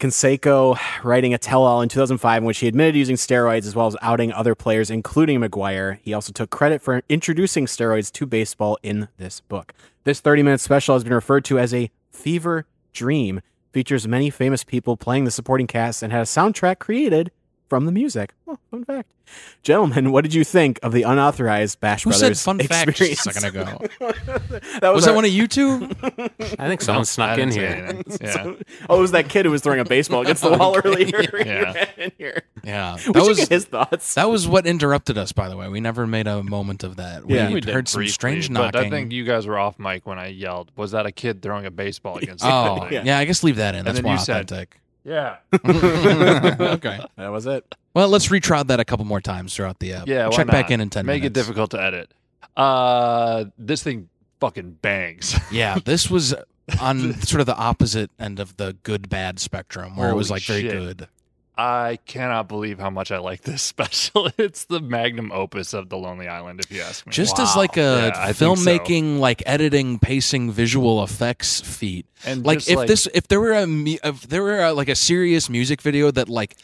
[SPEAKER 3] Canseco writing a tell-all in 2005 in which he admitted using steroids as well as outing other players, including McGuire. He also took credit for introducing steroids to baseball in this book. This 30-minute special has been referred to as a fever dream, features many famous people playing the supporting cast, and had a soundtrack created from the music. Oh, fun fact. Gentlemen, what did you think of the unauthorized Bash
[SPEAKER 4] Who said
[SPEAKER 3] Brothers
[SPEAKER 4] fun fact just a
[SPEAKER 3] experience?
[SPEAKER 4] second ago?
[SPEAKER 3] that
[SPEAKER 4] Was
[SPEAKER 3] our-
[SPEAKER 4] that one of you two?
[SPEAKER 5] i think someone
[SPEAKER 2] I
[SPEAKER 5] snuck in
[SPEAKER 2] didn't say
[SPEAKER 5] here
[SPEAKER 2] anything. Yeah.
[SPEAKER 3] Oh, it was that kid who was throwing a baseball against the wall earlier.
[SPEAKER 2] Yeah.
[SPEAKER 3] in here.
[SPEAKER 4] Yeah,
[SPEAKER 3] We
[SPEAKER 4] that
[SPEAKER 3] should
[SPEAKER 4] was
[SPEAKER 3] get his thoughts.
[SPEAKER 4] that was what interrupted us. By the way, we never made a moment of that. We,
[SPEAKER 3] Yeah.
[SPEAKER 2] We did
[SPEAKER 4] heard some
[SPEAKER 2] briefly,
[SPEAKER 4] strange
[SPEAKER 2] but
[SPEAKER 4] knocking.
[SPEAKER 2] I think you guys were off mic when I yelled. Was that a kid throwing a baseball against?
[SPEAKER 4] oh,
[SPEAKER 2] the
[SPEAKER 4] yeah.
[SPEAKER 2] building?"
[SPEAKER 4] I guess leave that in. That's
[SPEAKER 2] then
[SPEAKER 4] more
[SPEAKER 2] you said-
[SPEAKER 4] authentic.
[SPEAKER 2] yeah,
[SPEAKER 4] okay.
[SPEAKER 3] That was it.
[SPEAKER 4] Well, let's retrod that a couple more times throughout the. Uh,
[SPEAKER 2] Yeah, why
[SPEAKER 4] Check back
[SPEAKER 2] not?
[SPEAKER 4] in in ten
[SPEAKER 2] Make
[SPEAKER 4] minutes.
[SPEAKER 2] it difficult to edit. Uh, this thing fucking bangs.
[SPEAKER 4] Yeah, this was on sort of the opposite end of the good bad spectrum, where it was
[SPEAKER 2] Holy
[SPEAKER 4] like very
[SPEAKER 2] shit.
[SPEAKER 4] good.
[SPEAKER 2] I cannot believe how much I like this special. It's the magnum opus of The Lonely Island, if you ask me.
[SPEAKER 4] Just as like a
[SPEAKER 2] Yeah, I think so.
[SPEAKER 4] filmmaking, like editing, pacing, visual effects feat.
[SPEAKER 2] and
[SPEAKER 4] like
[SPEAKER 2] just,
[SPEAKER 4] if this if there were a mu- if there were a, like a serious music video that like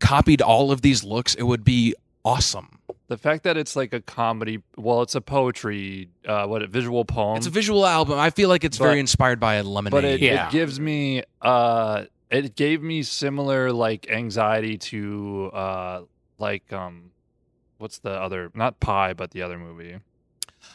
[SPEAKER 4] copied all of these looks it would be awesome
[SPEAKER 2] the fact that it's like a comedy, well, it's a poetry, uh, what a visual poem.
[SPEAKER 4] it's a visual album i feel like it's
[SPEAKER 2] But-
[SPEAKER 4] very inspired by a lemonade
[SPEAKER 2] but it,
[SPEAKER 5] Yeah.
[SPEAKER 2] it gives me uh it gave me similar like anxiety to uh like um what's the other not pie but the other movie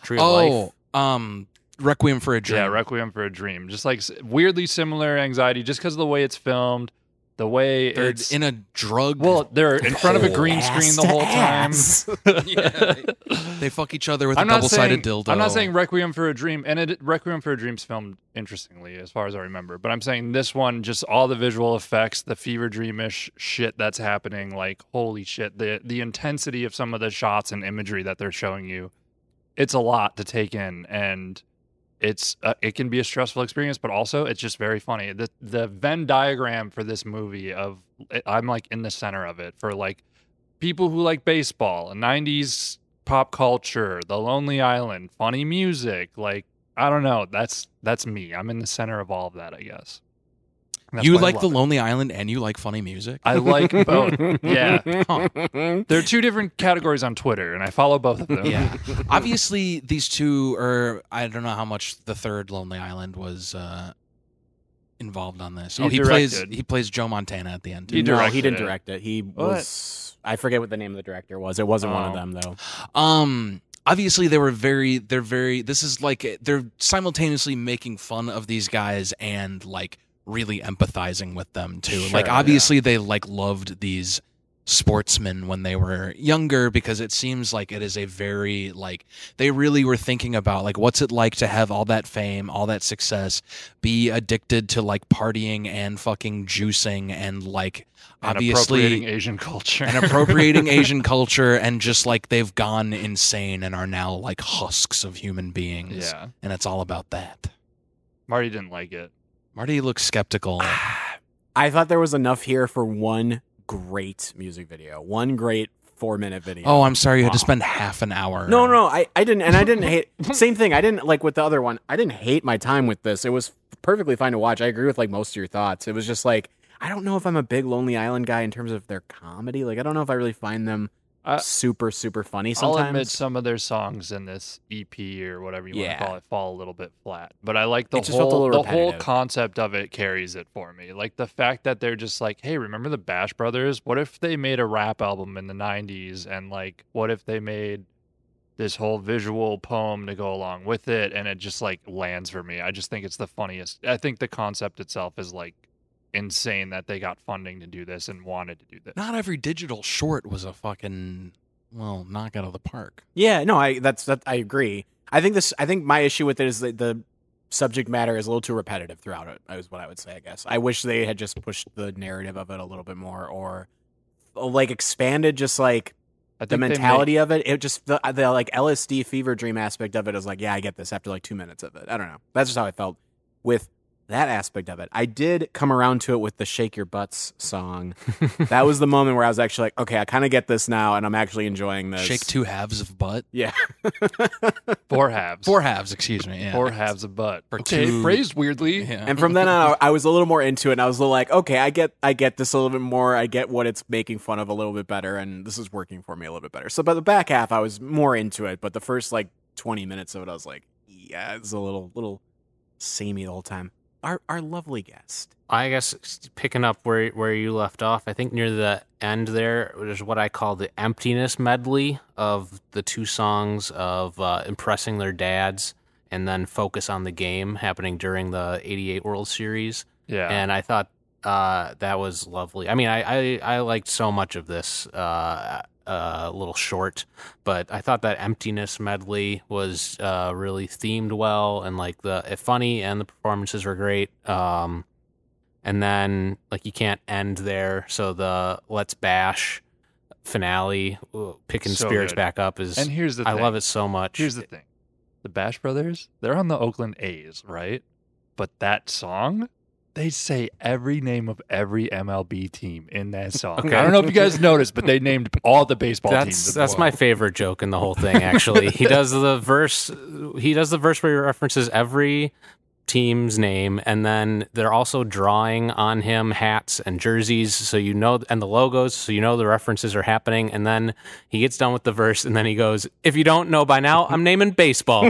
[SPEAKER 5] Tree of
[SPEAKER 4] oh
[SPEAKER 5] Life.
[SPEAKER 4] um requiem for a dream
[SPEAKER 2] yeah requiem for a dream just like s- weirdly similar anxiety just because of the way it's filmed the way
[SPEAKER 4] they're
[SPEAKER 2] it's
[SPEAKER 4] in Oh, a drug
[SPEAKER 2] well they're in front of a
[SPEAKER 4] hole.
[SPEAKER 2] green screen the whole time
[SPEAKER 4] Oh. Yeah, they fuck each other with
[SPEAKER 2] I'm
[SPEAKER 4] a
[SPEAKER 2] not
[SPEAKER 4] double-sided
[SPEAKER 2] saying
[SPEAKER 4] dildo
[SPEAKER 2] I'm not saying Requiem for a Dream, and it, Requiem for a Dream's filmed interestingly, as far as I remember. But I'm saying this one, just all the visual effects, the fever dreamish shit that's happening, like holy shit, the the intensity of some of the shots and imagery that they're showing you, it's a lot to take in, and it's uh, it can be a stressful experience, but also it's just very funny. The the Venn diagram for this movie of eh, I'm like in the center of it for like people who like baseball, 90s pop culture, The Lonely Island, funny music, like I don't know, that's that's me. I'm in the center of all of that, I guess. And that's
[SPEAKER 4] you
[SPEAKER 2] why I
[SPEAKER 4] like the
[SPEAKER 2] love it.
[SPEAKER 4] lonely island and you like funny music
[SPEAKER 2] I like both. yeah.
[SPEAKER 3] yeah.
[SPEAKER 2] There are two different categories on Twitter and I follow both of them.
[SPEAKER 4] yeah obviously these two are i don't know how much the third lonely island was uh involved on this
[SPEAKER 2] He
[SPEAKER 4] oh he plays
[SPEAKER 2] directed.
[SPEAKER 4] he plays joe montana at the end
[SPEAKER 2] He
[SPEAKER 4] too.
[SPEAKER 3] no,
[SPEAKER 2] directed
[SPEAKER 3] he didn't
[SPEAKER 2] it.
[SPEAKER 3] direct it. He
[SPEAKER 2] What?
[SPEAKER 3] was. I forget what the name of the director was. It wasn't one of
[SPEAKER 2] Oh.
[SPEAKER 3] them though.
[SPEAKER 4] um obviously they were very they're very this is like they're simultaneously making fun of these guys and like really empathizing with them too
[SPEAKER 2] Sure,
[SPEAKER 4] like
[SPEAKER 2] yeah.
[SPEAKER 4] obviously they like loved these sportsmen when they were younger because it seems like it is a very like they really were thinking about like what's it like to have all that fame all that success be addicted to like partying and fucking juicing and like
[SPEAKER 2] And
[SPEAKER 4] obviously
[SPEAKER 2] appropriating Asian culture.
[SPEAKER 4] and appropriating Asian culture and just like they've gone insane and are now like husks of human beings.
[SPEAKER 2] yeah.
[SPEAKER 4] And it's all about that.
[SPEAKER 2] Marty didn't like it.
[SPEAKER 4] Marty looks skeptical.
[SPEAKER 3] I thought there was enough here for one great music video, one great four minute video.
[SPEAKER 4] oh, I'm sorry you had to spend half an hour.
[SPEAKER 3] No, no, I, I didn't, and I didn't hate. Same thing. I didn't like with the other one. I didn't hate my time with this. It was perfectly fine to watch. I agree with like most of your thoughts. It was just like I don't know if I'm a big Lonely Island guy in terms of their comedy. Like I don't know if I really find them
[SPEAKER 2] I-
[SPEAKER 3] super super funny
[SPEAKER 2] Uh, I'll admit
[SPEAKER 3] sometimes.
[SPEAKER 2] some of their songs in this EP or whatever you want
[SPEAKER 3] Yeah.
[SPEAKER 2] to call it fall a little bit flat. But I like the
[SPEAKER 3] It just felt a
[SPEAKER 2] whole the
[SPEAKER 3] little
[SPEAKER 2] whole
[SPEAKER 3] repetitive.
[SPEAKER 2] concept of it carries it for me. Like the fact that they're just like, hey, remember the Bash Brothers? What if they made a rap album in the '90s? And like, what if they made this whole visual poem to go along with it? And it just like lands for me. I just think it's the funniest. I think the concept itself is like insane that they got funding to do this and wanted to do this.
[SPEAKER 4] Not every digital short was a fucking, well, knock out of the park.
[SPEAKER 3] yeah, no, I that's that. I agree. I think this. I think my issue with it is that the subject matter is a little too repetitive throughout it. Is what I would say. I guess I wish they had just pushed the narrative of it a little bit more, or like expanded just like
[SPEAKER 2] I think
[SPEAKER 3] the
[SPEAKER 2] they make-
[SPEAKER 3] mentality of it. It just the, the like LSD fever dream aspect of it is like, yeah, I get this after like two minutes of it. I don't know. That's just how I felt with that aspect of it. I did come around to it with the "Shake Your Butts" song. that was the moment where I was actually like, okay, I kind of get this now, and I'm actually enjoying this.
[SPEAKER 4] Shake two halves of butt.
[SPEAKER 3] Yeah.
[SPEAKER 2] four halves.
[SPEAKER 4] Four halves, excuse me. Yeah.
[SPEAKER 2] Four halves a butt.
[SPEAKER 4] For
[SPEAKER 2] okay,
[SPEAKER 4] two-
[SPEAKER 2] phrased weirdly.
[SPEAKER 4] Yeah.
[SPEAKER 3] and from then on, I I was a little more into it, and I was a little like, okay, I get, I get this a little bit more. I get what it's making fun of a little bit better, and this is working for me a little bit better. So by the back half, I was more into it, but the first like twenty minutes of it, I was like, yeah, it's a little, little samey the whole time. Our, our lovely guest.
[SPEAKER 5] I guess s- picking up where where you left off, I think near the end there is what I call the emptiness medley of the two songs of uh, impressing their dads and then focus on the game happening during the '88 World Series.
[SPEAKER 2] Yeah.
[SPEAKER 5] and I thought uh, that was lovely. I mean, I, I, I liked so much of this uh, uh, little short, but I thought that emptiness medley was uh, really themed well and like the it funny and the performances were great. Um, and then like you can't end there, so the let's bash finale, ooh, picking
[SPEAKER 2] So
[SPEAKER 5] spirits
[SPEAKER 2] good.
[SPEAKER 5] back up is
[SPEAKER 2] And here's the
[SPEAKER 5] I
[SPEAKER 2] thing.
[SPEAKER 5] love it so much.
[SPEAKER 2] Here's the thing. The Bash Brothers, they're on the Oakland A's, right? But that song, They say every name of every MLB team in that song.
[SPEAKER 5] Okay.
[SPEAKER 2] I don't know if you guys noticed, but they named all the baseball teams.
[SPEAKER 5] That's
[SPEAKER 2] in the
[SPEAKER 5] that's
[SPEAKER 2] book.
[SPEAKER 5] my favorite joke in the whole thing. Actually, he does the verse. He does the verse where he references every team's name, and then they're also drawing on him hats and jerseys, so you know, and the logos, so you know the references are happening. And then he gets done with the verse, and then he goes, "If you don't know by now, I'm naming baseball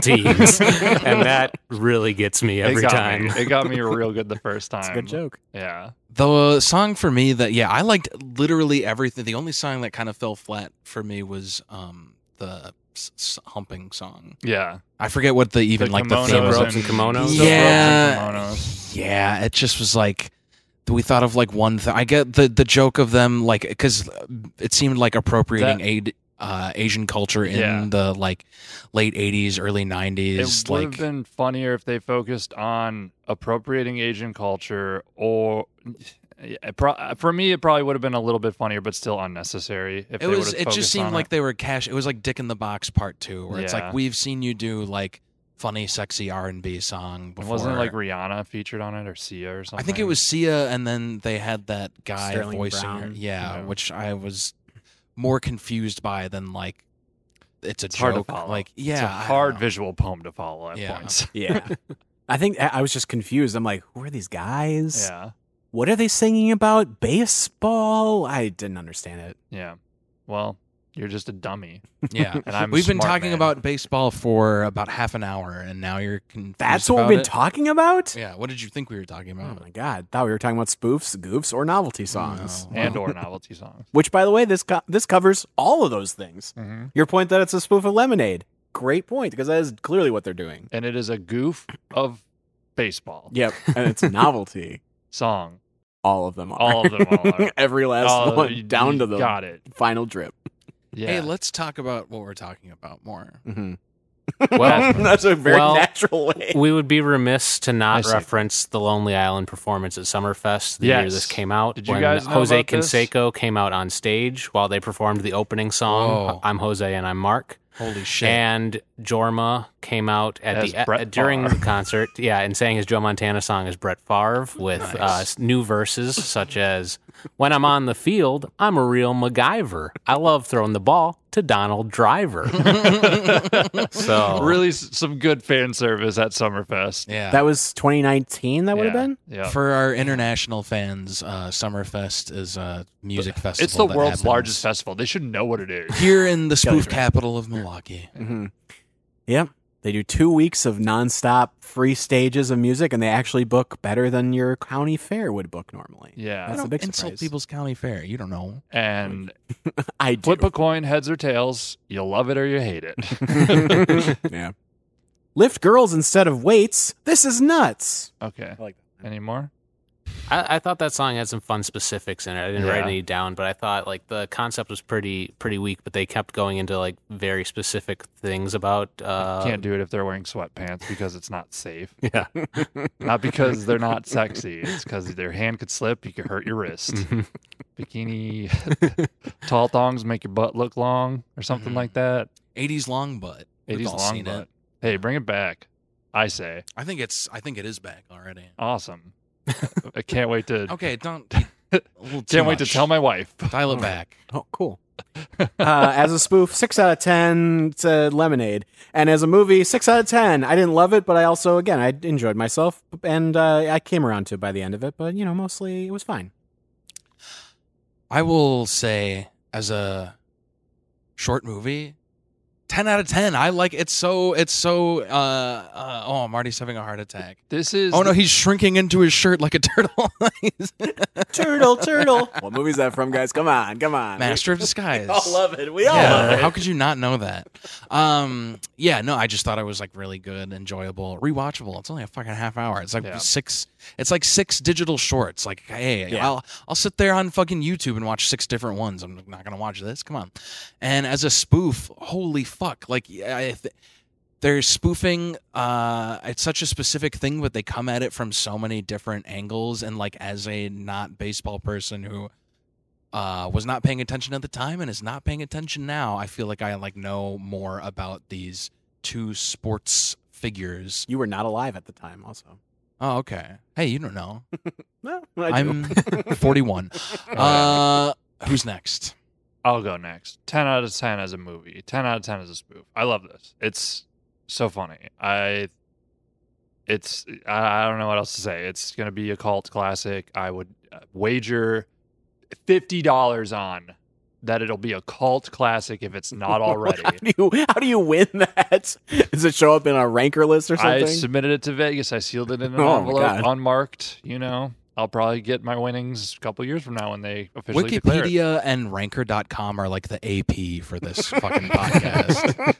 [SPEAKER 5] teams," and that really gets me
[SPEAKER 2] It
[SPEAKER 5] every
[SPEAKER 2] got
[SPEAKER 5] time.
[SPEAKER 2] me. It got me real good the first time.
[SPEAKER 3] Good joke.
[SPEAKER 2] Yeah.
[SPEAKER 4] The song for me that yeah, I liked literally everything. The only song that kind of fell flat for me was um the s- s- humping song.
[SPEAKER 2] Yeah.
[SPEAKER 4] I forget what the even
[SPEAKER 2] The
[SPEAKER 4] like the theme
[SPEAKER 2] kimonos
[SPEAKER 4] was.
[SPEAKER 5] Robes and kimonos?
[SPEAKER 2] Silk robes and
[SPEAKER 4] Yeah,
[SPEAKER 2] kimonos.
[SPEAKER 4] yeah. It just was like we thought of like one thing. I get the the joke of them like because it seemed like appropriating
[SPEAKER 2] That-
[SPEAKER 4] aid, uh, Asian culture in
[SPEAKER 2] Yeah.
[SPEAKER 4] the like late '80s, early
[SPEAKER 2] It
[SPEAKER 4] '90s.
[SPEAKER 2] would have
[SPEAKER 4] Like
[SPEAKER 2] been funnier if they focused on appropriating Asian culture, or Yeah, it pro- for me, it probably would have been a little bit funnier, but still unnecessary. If
[SPEAKER 4] it
[SPEAKER 2] they would
[SPEAKER 4] was.
[SPEAKER 2] have
[SPEAKER 4] It
[SPEAKER 2] focused
[SPEAKER 4] just seemed
[SPEAKER 2] on
[SPEAKER 4] like
[SPEAKER 2] it.
[SPEAKER 4] they were cash. It was like Dick in the Box Part Two, where it's
[SPEAKER 2] Yeah.
[SPEAKER 4] like we've seen you do like funny, sexy R and B song
[SPEAKER 2] And
[SPEAKER 4] before.
[SPEAKER 2] wasn't it like Rihanna featured on it or Sia or something.
[SPEAKER 4] I think it was Sia, and then they had that guy
[SPEAKER 5] Sterling
[SPEAKER 4] voicing her.
[SPEAKER 5] Brown.
[SPEAKER 4] Yeah,
[SPEAKER 2] Yeah.
[SPEAKER 4] which I was more confused by than like it's a
[SPEAKER 2] It's hard to
[SPEAKER 4] joke.
[SPEAKER 2] follow.
[SPEAKER 4] like yeah,
[SPEAKER 2] It's a
[SPEAKER 4] I don't
[SPEAKER 2] hard
[SPEAKER 4] know.
[SPEAKER 2] visual poem to follow at
[SPEAKER 4] Yeah.
[SPEAKER 2] points.
[SPEAKER 3] Yeah. I think I I was just confused. I'm like, who are these guys?
[SPEAKER 2] Yeah,
[SPEAKER 3] What are they singing about? Baseball? I didn't understand it.
[SPEAKER 2] yeah. Well, you're just a dummy,
[SPEAKER 4] Yeah.
[SPEAKER 2] and I'm. a
[SPEAKER 4] We've been
[SPEAKER 2] smart
[SPEAKER 4] talking
[SPEAKER 2] man.
[SPEAKER 4] about baseball for about half an hour, and now you're confused.
[SPEAKER 3] That's what
[SPEAKER 4] about
[SPEAKER 3] we've been
[SPEAKER 4] it?
[SPEAKER 3] talking about?
[SPEAKER 4] Yeah. What did you think we were talking
[SPEAKER 3] Oh
[SPEAKER 4] about?
[SPEAKER 3] my god! Thought we were talking about spoofs, goofs, or novelty songs.
[SPEAKER 4] No.
[SPEAKER 2] and or novelty songs.
[SPEAKER 3] Which, by the way, this co- this covers all of those things.
[SPEAKER 2] Mm-hmm.
[SPEAKER 3] Your point that it's a spoof of Lemonade, great point because that is clearly what they're doing.
[SPEAKER 2] And it is a goof of baseball
[SPEAKER 3] Yep, and it's novelty.
[SPEAKER 2] song.
[SPEAKER 3] All of them are.
[SPEAKER 2] All of them are.
[SPEAKER 3] Every last
[SPEAKER 2] Oh,
[SPEAKER 3] one,
[SPEAKER 2] you-
[SPEAKER 3] down
[SPEAKER 2] you
[SPEAKER 3] to the
[SPEAKER 2] Got it.
[SPEAKER 3] final drip.
[SPEAKER 2] Yeah.
[SPEAKER 4] Hey, let's talk about what we're talking about more.
[SPEAKER 3] Mm-hmm.
[SPEAKER 5] Well-
[SPEAKER 3] that's a very
[SPEAKER 5] well,
[SPEAKER 3] natural way.
[SPEAKER 5] we would be remiss to
[SPEAKER 2] I
[SPEAKER 5] not
[SPEAKER 2] see.
[SPEAKER 5] reference the Lonely Island performance at Summerfest the year
[SPEAKER 2] Yes.
[SPEAKER 5] this came out.
[SPEAKER 2] Did you
[SPEAKER 5] when
[SPEAKER 2] guys know
[SPEAKER 5] Jose
[SPEAKER 2] about this?
[SPEAKER 5] Canseco came out on stage while they performed the opening song,
[SPEAKER 4] Oh.
[SPEAKER 5] I'm Jose and I'm Mark.
[SPEAKER 4] Holy shit!
[SPEAKER 5] And Jorma came out at
[SPEAKER 2] As
[SPEAKER 5] the
[SPEAKER 2] Brett
[SPEAKER 5] uh, during the
[SPEAKER 2] Favre.
[SPEAKER 5] concert, yeah, and sang his Joe Montana song as Brett Favre with
[SPEAKER 4] Nice.
[SPEAKER 5] uh, s- new verses such as "When I'm on the field, I'm a real MacGyver. I love throwing the ball to Donald Driver." so
[SPEAKER 2] really s- some good fan service at Summerfest.
[SPEAKER 4] yeah.
[SPEAKER 3] that was 2019. That would have been.
[SPEAKER 2] Yeah.
[SPEAKER 4] For our international fans, uh, Summerfest is a music festival.
[SPEAKER 2] it's the
[SPEAKER 4] that
[SPEAKER 2] world's
[SPEAKER 4] happens
[SPEAKER 2] largest festival. They should know what it is.
[SPEAKER 4] Here in the spoof
[SPEAKER 3] right.
[SPEAKER 4] capital of Milwaukee.
[SPEAKER 3] Mm-hmm. Yep. They do two weeks of nonstop free stages of music, and they actually book better than your county fair would book normally.
[SPEAKER 2] Yeah.
[SPEAKER 3] That's a
[SPEAKER 4] Don't
[SPEAKER 3] big
[SPEAKER 4] insult
[SPEAKER 3] surprise.
[SPEAKER 4] people's county fair. You don't know.
[SPEAKER 2] And
[SPEAKER 3] I do.
[SPEAKER 2] flip a coin, heads or tails. You love it or you hate it.
[SPEAKER 3] yeah. Lift girls instead of weights. This is nuts.
[SPEAKER 2] okay.
[SPEAKER 3] I like
[SPEAKER 2] Any more?
[SPEAKER 5] I, I thought that song had some fun specifics in it. I didn't write
[SPEAKER 2] Yeah.
[SPEAKER 5] any down, but I thought like the concept was pretty pretty weak. But they kept going into like very specific things about. Uh,
[SPEAKER 2] Can't do it if they're wearing sweatpants because it's not safe.
[SPEAKER 5] Yeah.
[SPEAKER 2] Not because they're not sexy. It's because their hand could slip. You could hurt your wrist.
[SPEAKER 4] Mm.
[SPEAKER 5] Mhm.
[SPEAKER 2] Bikini, tall thongs make your butt look long or something
[SPEAKER 4] Mhm.
[SPEAKER 2] like that.
[SPEAKER 4] 80s long butt. We've
[SPEAKER 2] 80s
[SPEAKER 4] all
[SPEAKER 2] long
[SPEAKER 4] seen
[SPEAKER 2] butt.
[SPEAKER 4] It.
[SPEAKER 2] Hey, bring it back. I say.
[SPEAKER 4] I think it's. I think it is back already.
[SPEAKER 2] Oh, Awesome. I can't wait to
[SPEAKER 4] Okay, don't.
[SPEAKER 2] can't wait to tell my wife.
[SPEAKER 4] Dial it back.
[SPEAKER 3] Oh, cool. uh, as a spoof, six out of ten to Lemonade, and as a movie, six out of ten. I didn't love it, but I also, again, I enjoyed myself, and uh, I came around to it by the end of it. But you know, mostly it was fine.
[SPEAKER 4] I will say, as a short movie, ten out of ten. I like it's so. It's so. Uh, uh, oh, Marty's having a heart attack.
[SPEAKER 2] This is
[SPEAKER 4] Oh no, he's shrinking into his shirt like a turtle. He's-
[SPEAKER 3] turtle, turtle. What movie is that from, guys? Come on, come on.
[SPEAKER 4] Master of Disguise.
[SPEAKER 3] We all
[SPEAKER 2] Oh,
[SPEAKER 3] love it. We all love
[SPEAKER 4] Yeah,
[SPEAKER 3] it.
[SPEAKER 4] how could you not know that? Um, yeah, no, I just thought it was like really good, enjoyable, rewatchable. It's only a fucking half hour. It's like
[SPEAKER 2] Yeah.
[SPEAKER 4] six. It's like six digital shorts. Like, hey,
[SPEAKER 3] Yeah.
[SPEAKER 4] I'll I'll sit there on fucking YouTube and watch six different ones. I'm not gonna watch this. Come on. And as a spoof, holy fuck! Like, I, th- they're spoofing. Uh, it's such a specific thing, but they come at it from so many different angles. And like, as a not baseball person who uh, was not paying attention at the time and is not paying attention now. I feel like I like know more about these two sports figures.
[SPEAKER 3] You were not alive at the time, also.
[SPEAKER 4] Oh, okay. Hey, you don't know.
[SPEAKER 3] No, I do.
[SPEAKER 4] I'm 41.
[SPEAKER 3] Oh,
[SPEAKER 4] Uh, who's next?
[SPEAKER 2] I'll go next. 10 out of 10 as a movie. 10 out of 10 as a spoof. I love this. It's so funny. I it's I I don't know what else to say. It's going to be a cult classic. I would uh, wager $50 on that it'll be a cult classic if it's not already.
[SPEAKER 3] How do you how do you win that? Does it show up in a ranker list or
[SPEAKER 2] I
[SPEAKER 3] something?
[SPEAKER 2] submitted it to Vegas. I sealed it in an
[SPEAKER 3] Oh my
[SPEAKER 2] envelope,
[SPEAKER 3] God.
[SPEAKER 2] unmarked, you know. I'll probably get my winnings a couple years from now when they officially declare it.
[SPEAKER 4] Wikipedia and ranker.com are like the AP for this fucking podcast.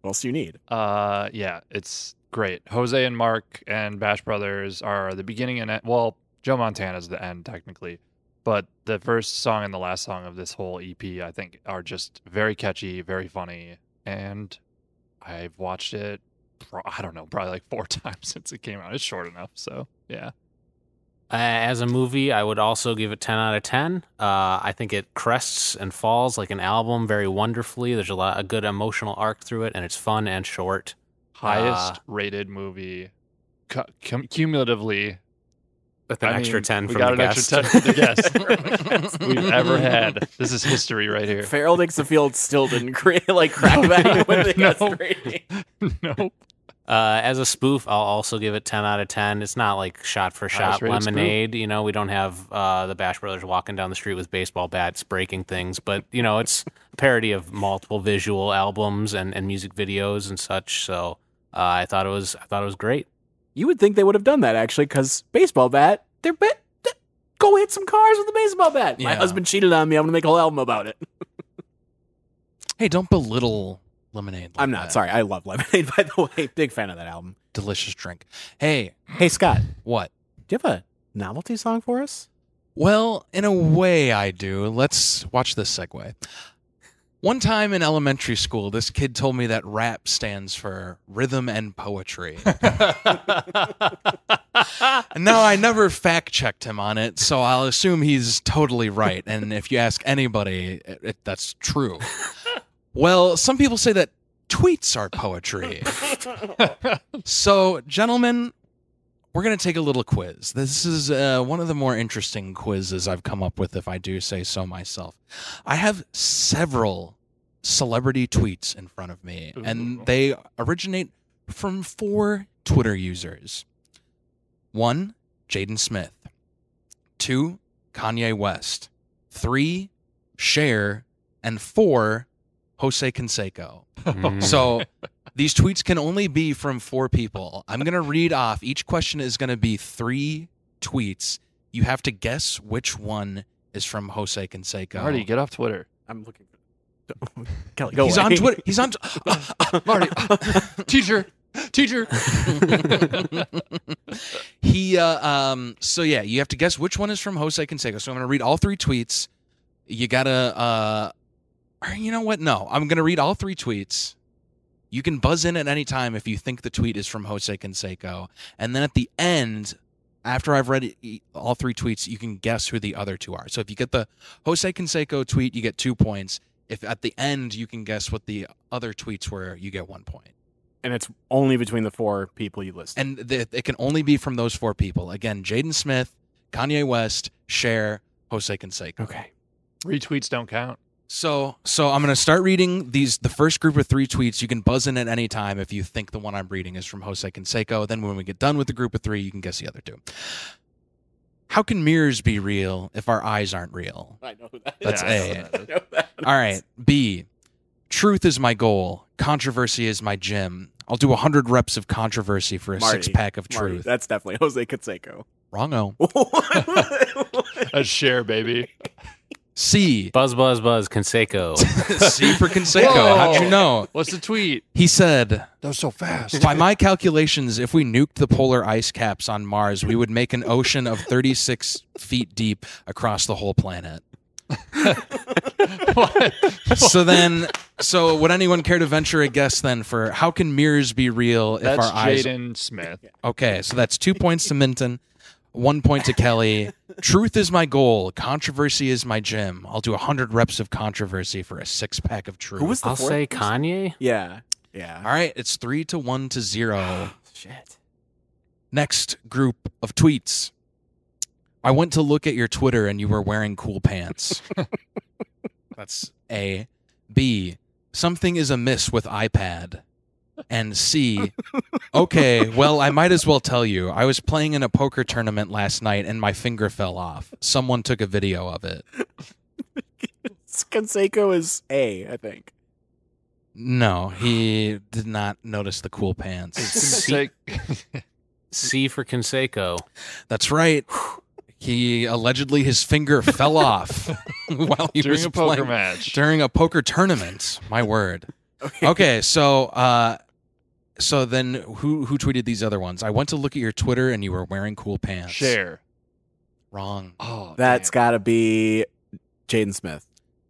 [SPEAKER 3] what else do you need?
[SPEAKER 2] Uh, yeah, it's great. Jose and Mark and Bash Brothers are the beginning and end. Well, Joe Montana's the end technically, but the first song and the last song of this whole EP, I think, are just very catchy, very funny, and I've watched it. Pro- I don't know, probably like four times since it came out. It's short enough, so yeah.
[SPEAKER 5] Uh, as a movie, I would also give it 10 out of 10. Uh, I think it crests and falls like an album very wonderfully. There's a lot a good emotional arc through it, and it's fun and short.
[SPEAKER 2] Highest
[SPEAKER 5] Uh,
[SPEAKER 2] rated movie cu- cum- cumulatively.
[SPEAKER 5] With an
[SPEAKER 2] I
[SPEAKER 5] extra
[SPEAKER 2] mean,
[SPEAKER 5] 10
[SPEAKER 2] we
[SPEAKER 5] from
[SPEAKER 2] got
[SPEAKER 5] the
[SPEAKER 2] an
[SPEAKER 5] guest.
[SPEAKER 2] extra 10 from the guest we've ever had. This is history right here.
[SPEAKER 3] Farrell takes the field still didn't create like crack back when they got
[SPEAKER 2] No.
[SPEAKER 3] three.
[SPEAKER 2] nope.
[SPEAKER 5] Uh, as a spoof, I'll also give it 10 out of 10. It's not like shot for shot
[SPEAKER 2] Highest rated spoof.
[SPEAKER 5] lemonade. You know, we don't have uh, the Bash Brothers walking down the street with baseball bats breaking things, but, you know, it's a parody of multiple visual albums and, and music videos and such. So uh, I thought it was I thought it was great.
[SPEAKER 3] You would think they would have done that actually, because baseball bat, they're bet. th- Go hit some cars with a baseball bat. My
[SPEAKER 4] Yeah.
[SPEAKER 3] husband cheated on me. I'm gonna make a whole album about it.
[SPEAKER 4] hey, don't belittle lemonade. like
[SPEAKER 3] I'm not
[SPEAKER 4] that.
[SPEAKER 3] sorry. I love lemonade, by the way. Big fan of that album.
[SPEAKER 4] Delicious drink. Hey,
[SPEAKER 3] Hey Scott,
[SPEAKER 4] what?
[SPEAKER 3] do you have a novelty song for us?
[SPEAKER 4] Well, in a way, I do. Let's watch this segue. One time in elementary school, this kid told me that rap stands for rhythm and poetry. now, I never fact checked him on it, so I'll assume he's totally right. And if you ask anybody, it, it- that's true. Well, some people say that tweets are poetry. so, gentlemen, we're going to take a little quiz. This is uh, one of the more interesting quizzes I've come up with, if I do say so myself. I have several celebrity tweets in front of me,
[SPEAKER 2] Ooh.
[SPEAKER 4] and they originate from four Twitter users one, Jaden Smith, two, Kanye West, three, Cher, and four, Jose Canseco.
[SPEAKER 2] Hmm.
[SPEAKER 5] Mm.
[SPEAKER 4] Oh, So these tweets can only be from four people. I'm going to read off. Each question is going to be three tweets. You have to guess which one is from Jose Canseco.
[SPEAKER 2] Marty, get off Twitter.
[SPEAKER 3] I'm looking. for Kelly, go
[SPEAKER 4] He's
[SPEAKER 3] away.
[SPEAKER 4] on Twitter. He's on. Ah, ah, Marty,
[SPEAKER 2] Teacher, teacher.
[SPEAKER 4] he uh, um so yeah you have to guess which one is from jose canseco so i'm gonna read all three tweets you gotta uh or you know what no i'm gonna read all three tweets you can buzz in at any time if you think the tweet is from jose canseco and then at the end after i've read e- all three tweets you can guess who the other two are so if you get the jose canseco tweet you get two points if at the end you can guess what the other tweets were you get one point
[SPEAKER 3] and it's only between the four people you listed.
[SPEAKER 4] and th- it can only be from those four people. Again, Jaden Smith, Kanye West, Cher, Jose Canseco.
[SPEAKER 3] okay.
[SPEAKER 2] Retweets don't count.
[SPEAKER 4] So, so I'm going to start reading these. The first group of three tweets you can buzz in at any time if you think the one I'm reading is from Jose Canseco. Then, when we get done with the group of three, you can guess the other two. How can mirrors be real if our eyes aren't real?
[SPEAKER 3] I know who that is.
[SPEAKER 4] That's
[SPEAKER 2] Yeah, I know
[SPEAKER 4] A.
[SPEAKER 2] what that is.
[SPEAKER 3] know that.
[SPEAKER 4] All right. B. Truth is my goal. Controversy is my gym. I'll do 100 reps of controversy for a
[SPEAKER 3] Marty,
[SPEAKER 4] six pack of
[SPEAKER 3] Marty,
[SPEAKER 4] truth.
[SPEAKER 3] that's definitely Jose Canseco.
[SPEAKER 4] Wrong O.
[SPEAKER 2] A share, baby.
[SPEAKER 4] C.
[SPEAKER 5] Buzz, buzz, buzz, Conseco.
[SPEAKER 4] C for Conseco.
[SPEAKER 2] Whoa.
[SPEAKER 4] How'd you know?
[SPEAKER 2] What's the tweet?
[SPEAKER 4] He said,
[SPEAKER 2] That was so fast.
[SPEAKER 4] by my calculations, if we nuked the polar ice caps on Mars, we would make an ocean of 36 feet deep across the whole planet. So then, so would anyone care to venture a guess then for how can mirrors be real if
[SPEAKER 2] That's
[SPEAKER 4] our eyes?
[SPEAKER 2] Jaden Smith.
[SPEAKER 4] Okay, so that's two points to Minton, one point to Kelly. Truth is my goal. Controversy is my gym. I'll do 100 reps of controversy for a six pack of truth.
[SPEAKER 3] Who was the
[SPEAKER 5] I'll
[SPEAKER 3] fourth?
[SPEAKER 5] say Kanye.
[SPEAKER 3] yeah. Yeah.
[SPEAKER 4] All right, it's three to one to zero.
[SPEAKER 3] Shit.
[SPEAKER 4] Next group of tweets. I went to look at your Twitter and you were wearing cool pants. That's A. B. Something is amiss with iPad. And C. Okay, well, I might as well tell you. I was playing in a poker tournament last night and my finger fell off. Someone took a video of it.
[SPEAKER 3] Conseco is A, I think.
[SPEAKER 4] No, he did not notice the cool pants.
[SPEAKER 2] Sick.
[SPEAKER 5] C for Conseco.
[SPEAKER 4] That's right. He allegedly his finger fell off while he was
[SPEAKER 2] during a poker
[SPEAKER 4] playing
[SPEAKER 2] match.
[SPEAKER 4] during a poker tournament. My word. Okay, so uh, so then who who tweeted these other ones? I went to look at your Twitter and you were wearing cool pants.
[SPEAKER 2] Share.
[SPEAKER 4] Wrong.
[SPEAKER 2] Oh,
[SPEAKER 3] That's
[SPEAKER 2] damn.
[SPEAKER 3] got to be Jaden Smith.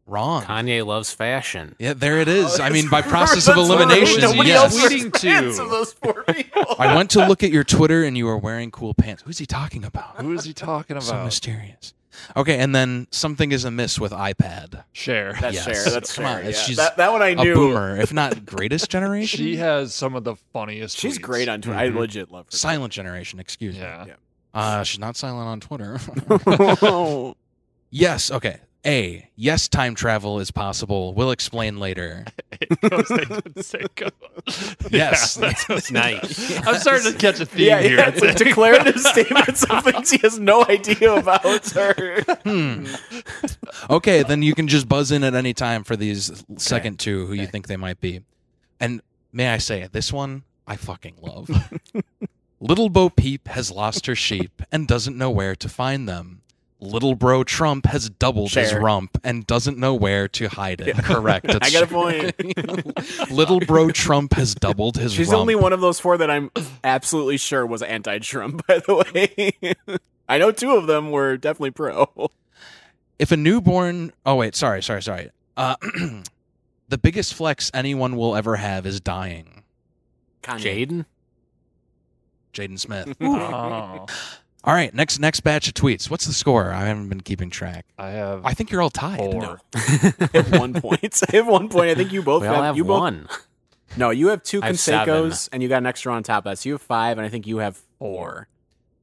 [SPEAKER 4] Wrong.
[SPEAKER 5] Kanye loves fashion.
[SPEAKER 4] yeah, there it is.
[SPEAKER 3] Oh,
[SPEAKER 4] I mean,
[SPEAKER 3] it's
[SPEAKER 4] by process of
[SPEAKER 3] reversed.
[SPEAKER 4] elimination.
[SPEAKER 2] Nobody
[SPEAKER 4] yes.
[SPEAKER 2] else was Leading to-
[SPEAKER 3] Fans of those four people.
[SPEAKER 4] I went to look at your Twitter and you were wearing cool pants. Who's he talking about?
[SPEAKER 2] Who is he talking
[SPEAKER 4] So
[SPEAKER 2] about?
[SPEAKER 4] mysterious. Okay, and then something is amiss with iPad.
[SPEAKER 2] Share.
[SPEAKER 3] That's
[SPEAKER 4] Yes.
[SPEAKER 3] fair. That's
[SPEAKER 4] Come
[SPEAKER 3] fair.
[SPEAKER 4] on,
[SPEAKER 3] yeah.
[SPEAKER 4] she's
[SPEAKER 3] that, that one I
[SPEAKER 4] a
[SPEAKER 3] knew.
[SPEAKER 4] boomer, if not greatest generation.
[SPEAKER 2] She has some of the funniest.
[SPEAKER 3] She's
[SPEAKER 2] tweets.
[SPEAKER 3] great on Twitter.
[SPEAKER 4] Mhm.
[SPEAKER 3] I legit love her.
[SPEAKER 4] silent generation, excuse me.
[SPEAKER 2] Yeah.
[SPEAKER 3] Yeah.
[SPEAKER 4] Uh, she's not silent on Twitter.
[SPEAKER 3] oh,
[SPEAKER 4] yes, okay. A, yes, time travel is possible. We'll explain later. Yes.
[SPEAKER 2] Yeah, that's what's
[SPEAKER 5] Nice.
[SPEAKER 2] I'm starting to catch a theme
[SPEAKER 3] yeah,
[SPEAKER 2] here.
[SPEAKER 3] yeah.
[SPEAKER 2] I
[SPEAKER 3] It's like
[SPEAKER 2] think.
[SPEAKER 3] declarative statements of things he has no idea about. Or...
[SPEAKER 4] Hmm. okay, then you can just buzz in at any time for these second two who you think they might be. And may I say, this one I fucking love. Little Bo Peep has lost her sheep and doesn't know where to find them. Little Bro Trump has doubled his
[SPEAKER 3] Share.
[SPEAKER 4] rump and doesn't know where to hide it. Correct.
[SPEAKER 3] I
[SPEAKER 4] it's
[SPEAKER 3] got a point.
[SPEAKER 4] Little bro Trump has doubled his
[SPEAKER 3] She's the
[SPEAKER 4] rump.
[SPEAKER 3] only one of those four that I'm absolutely sure was anti-Trump. By the way, I know two of them were definitely pro.
[SPEAKER 4] If a newborn, oh wait, sorry, sorry, sorry. Uh, the biggest flex anyone will ever have is dying.
[SPEAKER 5] Jaden?
[SPEAKER 4] Jaden Smith.
[SPEAKER 2] Oh,
[SPEAKER 4] All right, next next batch of tweets. What's the score? I haven't been keeping track.
[SPEAKER 2] I have
[SPEAKER 4] I think you're all tied.
[SPEAKER 2] four.
[SPEAKER 3] I have one point. I have one point. I think you both
[SPEAKER 5] We
[SPEAKER 3] have,
[SPEAKER 5] all have
[SPEAKER 3] you both
[SPEAKER 5] one.
[SPEAKER 3] No, you have two
[SPEAKER 5] I have seven.
[SPEAKER 3] Consecos, and you got an extra on top of that. So you have five, and I think you have four.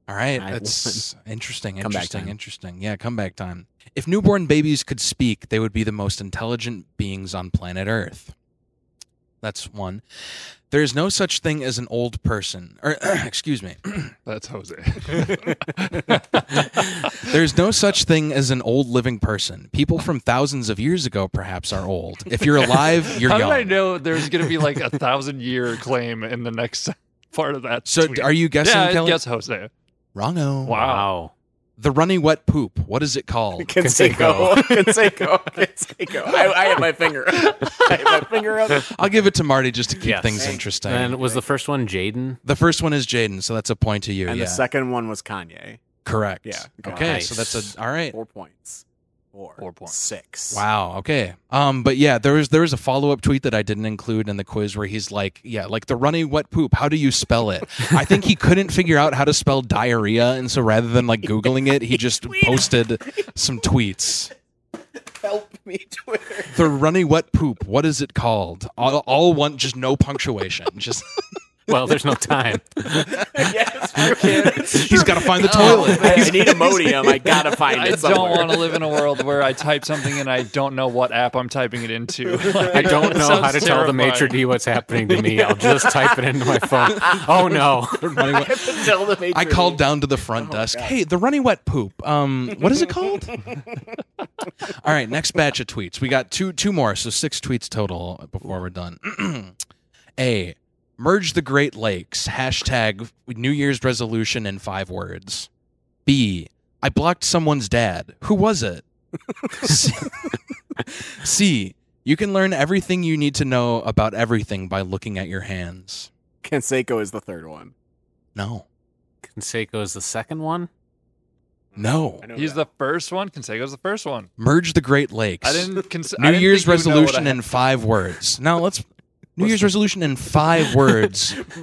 [SPEAKER 4] All right,
[SPEAKER 3] I
[SPEAKER 4] that's interesting.
[SPEAKER 3] Comeback
[SPEAKER 4] Interesting.
[SPEAKER 3] time.
[SPEAKER 4] Interesting. Yeah, comeback time. If newborn babies could speak, they would be the most intelligent beings on planet Earth. That's one. There is no such thing as an old person. Or excuse me.
[SPEAKER 2] That's Jose.
[SPEAKER 4] There's no such thing as an old living person. People from thousands of years ago perhaps are old. If you're alive, you're
[SPEAKER 2] How
[SPEAKER 4] young.
[SPEAKER 2] did I know there's going to be like a thousand year claim in the next part of that?
[SPEAKER 4] So
[SPEAKER 2] tweet?
[SPEAKER 4] are you guessing,
[SPEAKER 2] yeah,
[SPEAKER 4] Kelly?
[SPEAKER 2] Yes, Jose.
[SPEAKER 4] Wrongo.
[SPEAKER 2] Wow.
[SPEAKER 5] Wow.
[SPEAKER 4] The runny wet poop. What is it called?
[SPEAKER 3] Conseco, Conseco, Conseco. I, I have my finger. up. I have my finger up.
[SPEAKER 4] I'll give it to Marty just to keep
[SPEAKER 5] Yes.
[SPEAKER 4] things
[SPEAKER 5] Thanks.
[SPEAKER 4] interesting.
[SPEAKER 5] And was the first one Jaden?
[SPEAKER 4] the first one is Jaden, so that's a point to you.
[SPEAKER 3] And
[SPEAKER 4] yeah.
[SPEAKER 3] the second one was Kanye.
[SPEAKER 4] Correct.
[SPEAKER 3] Yeah.
[SPEAKER 4] Okay,
[SPEAKER 5] Nice.
[SPEAKER 4] so that's a all right.
[SPEAKER 3] Four points. Four.
[SPEAKER 2] Four points.
[SPEAKER 3] Six.
[SPEAKER 4] Wow. Okay. Um. But yeah, there was there was a follow up tweet that I didn't include in the quiz where he's like, yeah, like the runny wet poop. How do you spell it? I think he couldn't figure out how to spell diarrhea, and so rather than like googling it, he just posted some tweets.
[SPEAKER 3] Help me, Twitter.
[SPEAKER 4] The runny wet poop. What is it called? All, all one, just no punctuation. Just
[SPEAKER 5] Well, there's no time.
[SPEAKER 3] yes, true.
[SPEAKER 4] he's got to find the
[SPEAKER 3] Oh.
[SPEAKER 4] toilet.
[SPEAKER 3] I, I need a modium. I gotta find
[SPEAKER 2] I
[SPEAKER 3] it
[SPEAKER 2] don't
[SPEAKER 3] somewhere.
[SPEAKER 2] want to live in a world where I type something and I don't know what app I'm typing it into.
[SPEAKER 5] I don't know how to
[SPEAKER 2] Sounds
[SPEAKER 5] tell the maitre
[SPEAKER 2] terrifying.
[SPEAKER 5] d' what's happening to me. I'll just type it into my phone. Oh no!
[SPEAKER 4] Runny wet-
[SPEAKER 3] Tell the major
[SPEAKER 4] I
[SPEAKER 3] league.
[SPEAKER 4] called down to the front desk. Hey, the runny wet poop. Um, what is it called? All right, next batch of tweets. We got two two more, so six tweets total before we're done. A. Merge the Great Lakes. Hashtag New Year's resolution in five words. B. I blocked someone's dad. Who was it? C. C. You can learn everything you need to know about everything by looking at your hands.
[SPEAKER 3] Conseco is the third one.
[SPEAKER 4] No.
[SPEAKER 5] Conseco is the second one.
[SPEAKER 4] No.
[SPEAKER 3] I know
[SPEAKER 2] He's
[SPEAKER 3] that.
[SPEAKER 2] the first one. Conseco's the first one.
[SPEAKER 4] Merge the Great Lakes.
[SPEAKER 2] I didn't. Cons- I
[SPEAKER 4] New
[SPEAKER 2] didn't
[SPEAKER 4] Year's
[SPEAKER 2] think you would know what
[SPEAKER 4] resolution
[SPEAKER 2] I-
[SPEAKER 4] in five words. Now let's New Year's resolution in five words. Let's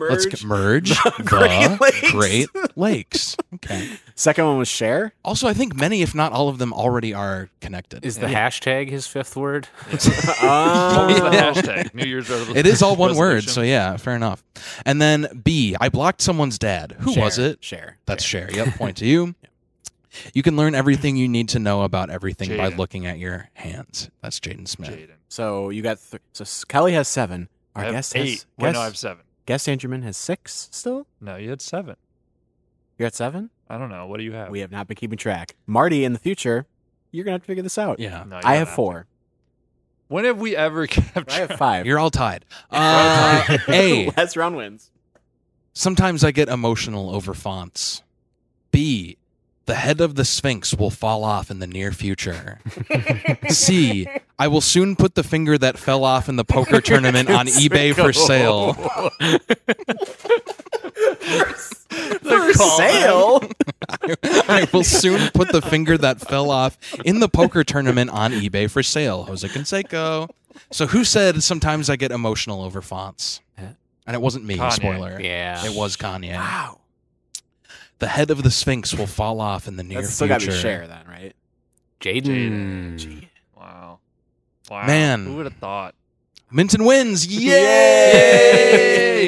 [SPEAKER 3] merge.
[SPEAKER 4] get, merge the,
[SPEAKER 3] Great Lakes.
[SPEAKER 4] Great Lakes. Okay.
[SPEAKER 3] Second one was share.
[SPEAKER 4] Also, I think many, if not all of them, already are connected.
[SPEAKER 5] Is the hashtag his fifth word?
[SPEAKER 3] Uh,
[SPEAKER 2] What was the
[SPEAKER 3] Oh.
[SPEAKER 2] hashtag? New Year's resolution.
[SPEAKER 4] It is all one word,
[SPEAKER 2] Resolution.
[SPEAKER 4] so yeah, fair enough. And then B, I blocked someone's dad. Who was
[SPEAKER 3] Share,
[SPEAKER 4] it?
[SPEAKER 3] Share.
[SPEAKER 4] That's share. Yep, point to you. You can learn everything you need to know about everything by
[SPEAKER 2] Jaden.
[SPEAKER 4] looking at your hands. That's Jaden Smith.
[SPEAKER 2] Jaden.
[SPEAKER 3] So you got th- so S- Kelly has seven.
[SPEAKER 2] I
[SPEAKER 3] Our
[SPEAKER 2] have
[SPEAKER 3] guest
[SPEAKER 2] eight.
[SPEAKER 3] has
[SPEAKER 2] Wait,
[SPEAKER 3] guest,
[SPEAKER 2] no, I have seven.
[SPEAKER 3] guest Angerman has six still.
[SPEAKER 2] No, you had seven.
[SPEAKER 3] You got seven.
[SPEAKER 2] I don't know. What do you have?
[SPEAKER 4] uh,
[SPEAKER 3] We have not been keeping track. Marty, in the future, you're gonna have to figure this out.
[SPEAKER 4] Yeah.
[SPEAKER 2] No, you
[SPEAKER 3] I
[SPEAKER 2] don't
[SPEAKER 3] have
[SPEAKER 2] to.
[SPEAKER 3] four.
[SPEAKER 2] When have we ever kept
[SPEAKER 3] I
[SPEAKER 2] track?
[SPEAKER 3] have five.
[SPEAKER 4] You're all tied. Uh, A,
[SPEAKER 3] Last round wins.
[SPEAKER 4] sometimes I get emotional over fonts. B, the head of the Sphinx will fall off in the near future. C, I will soon put the finger that fell off in the poker tournament on eBay for sale.
[SPEAKER 3] For sale.
[SPEAKER 4] I will soon put the finger that fell off in the poker tournament on eBay for sale. Jose Canseco. So who said sometimes I get emotional over fonts? And it wasn't me,
[SPEAKER 2] Kanye.
[SPEAKER 4] spoiler.
[SPEAKER 5] Yeah.
[SPEAKER 4] It was Kanye.
[SPEAKER 3] wow.
[SPEAKER 4] The head of the Sphinx will fall off in the near
[SPEAKER 3] That's still got to
[SPEAKER 4] future.
[SPEAKER 3] be share then, right?
[SPEAKER 5] Jaden.
[SPEAKER 2] Wow. Wow.
[SPEAKER 4] Man.
[SPEAKER 2] Who would have thought?
[SPEAKER 4] Minton wins.
[SPEAKER 3] Yay!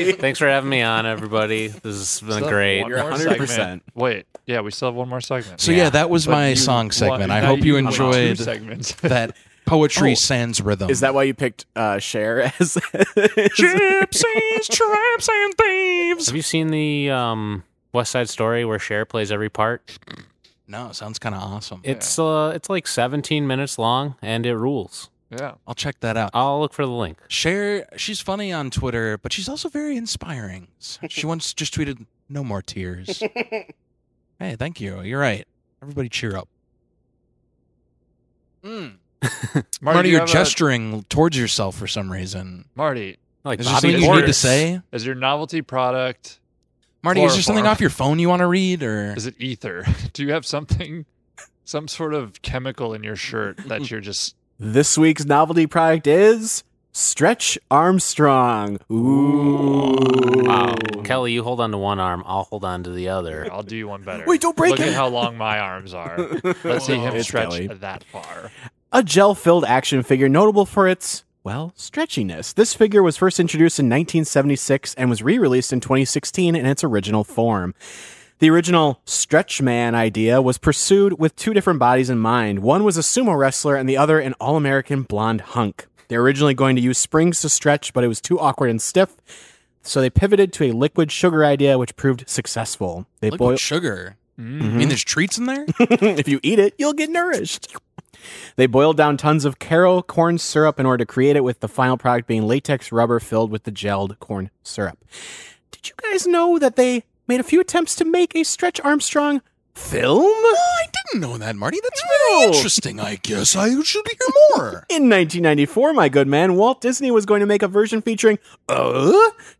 [SPEAKER 4] Yay!
[SPEAKER 5] Thanks for having me on, everybody. This has been
[SPEAKER 2] Still
[SPEAKER 5] great.
[SPEAKER 2] one
[SPEAKER 3] You're
[SPEAKER 2] more
[SPEAKER 3] 100%.
[SPEAKER 2] segment. Wait, yeah, we still have one more segment.
[SPEAKER 4] so yeah, that was
[SPEAKER 2] But
[SPEAKER 4] my
[SPEAKER 2] you
[SPEAKER 4] song
[SPEAKER 2] won-
[SPEAKER 4] segment. I
[SPEAKER 2] now
[SPEAKER 4] hope you
[SPEAKER 2] won two
[SPEAKER 4] enjoyed
[SPEAKER 2] segments.
[SPEAKER 4] that poetry
[SPEAKER 3] Oh.
[SPEAKER 4] sans rhythm.
[SPEAKER 3] Is that why you picked uh, share as?
[SPEAKER 4] gypsies, tramps, and thieves?
[SPEAKER 5] Have you seen the um, West Side Story where Cher plays every part?
[SPEAKER 4] No, it sounds kind of awesome.
[SPEAKER 5] It's uh, it's like 17 minutes long and it rules.
[SPEAKER 2] yeah.
[SPEAKER 4] I'll check that out.
[SPEAKER 5] I'll look for the link.
[SPEAKER 4] Share. She's funny on Twitter, but she's also very inspiring. She once just tweeted, "No more tears." hey, thank you. You're right. Everybody cheer up.
[SPEAKER 3] Hmm.
[SPEAKER 4] Mm. Marty,
[SPEAKER 2] do you
[SPEAKER 4] you're
[SPEAKER 2] have a-
[SPEAKER 4] gesturing towards yourself for some reason.
[SPEAKER 2] Marty,
[SPEAKER 5] Like
[SPEAKER 4] Is there
[SPEAKER 5] Bobby
[SPEAKER 4] something you need to
[SPEAKER 5] Morris.
[SPEAKER 4] say,
[SPEAKER 2] is your novelty product
[SPEAKER 4] Marty? Is there something
[SPEAKER 2] Chloroform.
[SPEAKER 4] off your phone you want to read, or
[SPEAKER 2] is it ether? Do you have something some sort of chemical in your shirt that you're just
[SPEAKER 3] This week's novelty product is Stretch Armstrong. Ooh.
[SPEAKER 5] Wow. Kelly, you hold on to one arm. I'll hold on to the other.
[SPEAKER 2] I'll do you one better.
[SPEAKER 3] Wait, don't break
[SPEAKER 2] Look
[SPEAKER 3] it.
[SPEAKER 2] at how long my arms are. Let's see him
[SPEAKER 3] It's
[SPEAKER 2] stretch
[SPEAKER 3] Kelly.
[SPEAKER 2] that far.
[SPEAKER 3] A gel filled action figure notable for its, well, stretchiness. This figure was first introduced in 1976 and was re released in 2016 in its original form. The original Stretch Man idea was pursued with two different bodies in mind. One was a sumo wrestler, and the other an all American blonde hunk. They were originally going to use springs to stretch, but it was too awkward and stiff, so they pivoted to a liquid sugar idea, which proved successful. They
[SPEAKER 4] liquid
[SPEAKER 3] boiled.
[SPEAKER 4] sugar? I mean, there's treats in there.
[SPEAKER 3] if you eat it, you'll get nourished. They boiled down tons of Caro corn syrup in order to create it, with the final product being latex rubber filled with the gelled corn syrup. Did you guys know that they made a few attempts to make a Stretch Armstrong film?
[SPEAKER 4] I didn't know that, Marty. That's very interesting. I guess I should hear more.
[SPEAKER 3] In 1994, my good man, Walt Disney was going to make a version featuring, uh,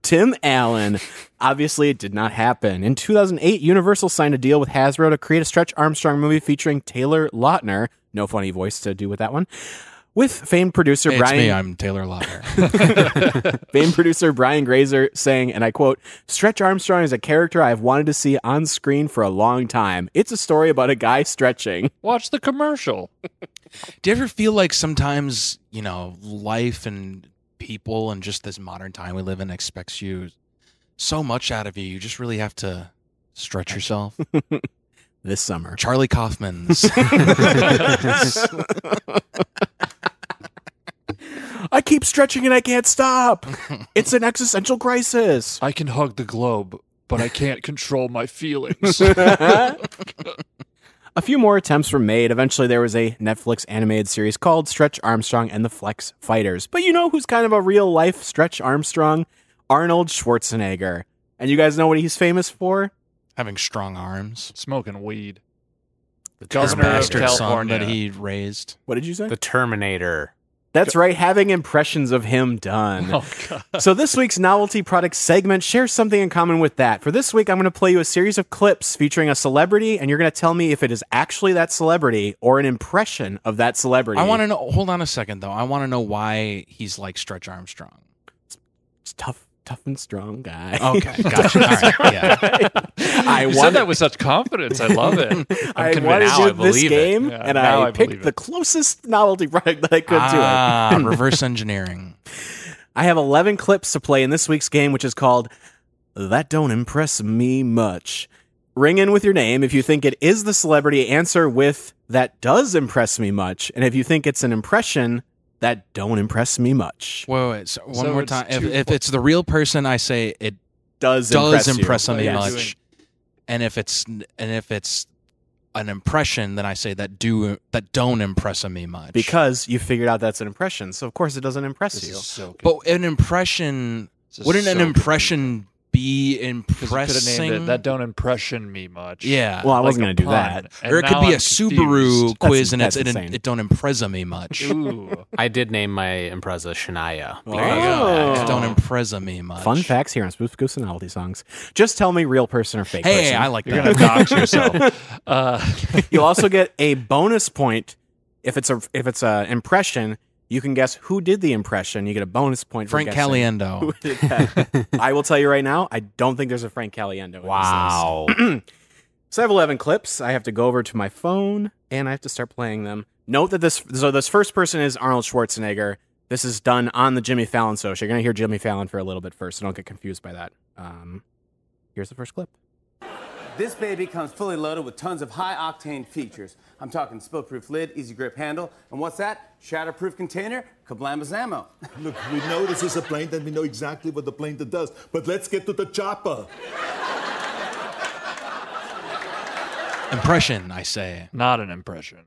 [SPEAKER 3] Tim Allen. Obviously, it did not happen. In 2008, Universal signed a deal with Hasbro to create a Stretch Armstrong movie featuring Taylor Lautner. No funny voice to do with that one. With famed producer
[SPEAKER 4] Hey, it's
[SPEAKER 3] Brian
[SPEAKER 4] me. I'm Taylor Lautner.
[SPEAKER 3] Fame producer Brian Grazer saying, and I quote, Stretch Armstrong is a character I've wanted to see on screen for a long time. It's a story about a guy stretching.
[SPEAKER 2] Watch the commercial.
[SPEAKER 4] Do you ever feel like sometimes, you know, life and people and just this modern time we live in expects you so much out of you? You just really have to stretch yourself.
[SPEAKER 3] This summer.
[SPEAKER 4] Charlie Kaufman's.
[SPEAKER 3] I keep stretching and I can't stop. It's an existential crisis.
[SPEAKER 2] I can hug the globe, but I can't control my feelings.
[SPEAKER 3] a few more attempts were made. Eventually, there was a Netflix animated series called Stretch Armstrong and the Flex Fighters. But you know who's kind of a real life Stretch Armstrong? Arnold Schwarzenegger. And you guys know what he's famous for?
[SPEAKER 4] Having strong arms.
[SPEAKER 2] Smoking weed.
[SPEAKER 5] The
[SPEAKER 2] Governor of
[SPEAKER 5] Terminator.
[SPEAKER 4] Bastard son that
[SPEAKER 2] California.
[SPEAKER 4] he raised.
[SPEAKER 3] What did you say?
[SPEAKER 5] The Terminator.
[SPEAKER 3] That's right, having impressions of him done.
[SPEAKER 2] Oh god.
[SPEAKER 3] So this week's novelty product segment shares something in common with that. For this week, I'm going to play you a series of clips featuring a celebrity, and you're going to tell me if it is actually that celebrity or an impression of that celebrity.
[SPEAKER 4] I want to know. Hold on a second, though. I want to know why he's like Stretch Armstrong.
[SPEAKER 3] It's tough. tough and strong guy.
[SPEAKER 2] Oh,
[SPEAKER 4] Okay, gotcha. All right, yeah.
[SPEAKER 3] I
[SPEAKER 2] you
[SPEAKER 3] wanted-
[SPEAKER 2] said that with such confidence. I love it. I'm
[SPEAKER 3] I
[SPEAKER 2] convinced.
[SPEAKER 3] wanted
[SPEAKER 2] Now
[SPEAKER 3] to
[SPEAKER 2] I
[SPEAKER 3] do this
[SPEAKER 2] believe it.
[SPEAKER 3] game,
[SPEAKER 2] Yeah,
[SPEAKER 3] and
[SPEAKER 2] now
[SPEAKER 3] I,
[SPEAKER 2] believe
[SPEAKER 3] picked the
[SPEAKER 2] it.
[SPEAKER 3] closest novelty product that I could to it.
[SPEAKER 4] Ah, reverse engineering.
[SPEAKER 3] I have 11 clips to play in this week's game, which is called That Don't Impress Me Much. Ring in with your name. If you think it is the celebrity, answer with That Does Impress Me Much. And if you think it's an impression, That Don't Impress Me Much.
[SPEAKER 4] Wait, wait. So one
[SPEAKER 2] So
[SPEAKER 4] more
[SPEAKER 2] it's
[SPEAKER 4] time. If,
[SPEAKER 2] two-
[SPEAKER 4] if it's the real person, I say it
[SPEAKER 3] Does,
[SPEAKER 4] does
[SPEAKER 3] you.
[SPEAKER 4] impress, me
[SPEAKER 2] Yeah.
[SPEAKER 4] much.
[SPEAKER 2] Doing-
[SPEAKER 4] And if it's and if it's an impression, then I say that do that don't impress me much.
[SPEAKER 3] Because you figured out that's an impression. So, of course, it doesn't impress
[SPEAKER 2] This
[SPEAKER 3] you.
[SPEAKER 2] is so good.
[SPEAKER 4] but an impression
[SPEAKER 2] This is
[SPEAKER 4] wouldn't
[SPEAKER 2] so
[SPEAKER 4] an
[SPEAKER 2] good.
[SPEAKER 4] impression be
[SPEAKER 2] 'Cause you could've
[SPEAKER 4] impressing?
[SPEAKER 2] named it, that don't impression me much.
[SPEAKER 4] yeah.
[SPEAKER 3] Well, I
[SPEAKER 2] Like
[SPEAKER 3] wasn't
[SPEAKER 2] a
[SPEAKER 3] going to do
[SPEAKER 2] pun.
[SPEAKER 3] that.
[SPEAKER 2] And
[SPEAKER 4] or it could
[SPEAKER 2] now
[SPEAKER 4] be
[SPEAKER 2] I'm
[SPEAKER 4] a Subaru
[SPEAKER 2] confused.
[SPEAKER 4] quiz,
[SPEAKER 3] That's-
[SPEAKER 4] and it's
[SPEAKER 3] that's
[SPEAKER 4] it,
[SPEAKER 3] insane.
[SPEAKER 4] it don't impress me much.
[SPEAKER 2] Ooh.
[SPEAKER 5] I did name my Impreza Shania.
[SPEAKER 3] There
[SPEAKER 5] because
[SPEAKER 3] you
[SPEAKER 5] of
[SPEAKER 3] go.
[SPEAKER 5] that.
[SPEAKER 4] It don't impress me much.
[SPEAKER 3] Fun facts here on Spoof Goose and Novelty Songs. Just tell me real person or fake
[SPEAKER 4] Hey,
[SPEAKER 3] person.
[SPEAKER 4] I like
[SPEAKER 2] You're
[SPEAKER 4] that.
[SPEAKER 2] gonna dox yourself. Uh,
[SPEAKER 3] You'll also get a bonus point if it's a if it's a impression. You can guess who did the impression. You get a bonus point.
[SPEAKER 4] Frank
[SPEAKER 3] for guessing
[SPEAKER 4] Caliendo.
[SPEAKER 3] who did that. I will tell you right now. I don't think there's a Frank Caliendo. in this
[SPEAKER 5] Wow.
[SPEAKER 3] list. so I have 11 clips. I have to go over to my phone and I have to start playing them. Note that this so this first person is Arnold Schwarzenegger. This is done on the Jimmy Fallon show. So you're gonna hear Jimmy Fallon for a little bit first, so don't get confused by that. Um, here's the first clip.
[SPEAKER 6] This baby comes fully loaded with tons of high octane features. I'm talking spill-proof lid, easy grip handle, and what's that? Shatterproof container, kablambazamo.
[SPEAKER 7] Look, we know this is a plane and we know exactly what the plane that does, but let's get to the chopper.
[SPEAKER 4] Impression, I say.
[SPEAKER 2] not an impression.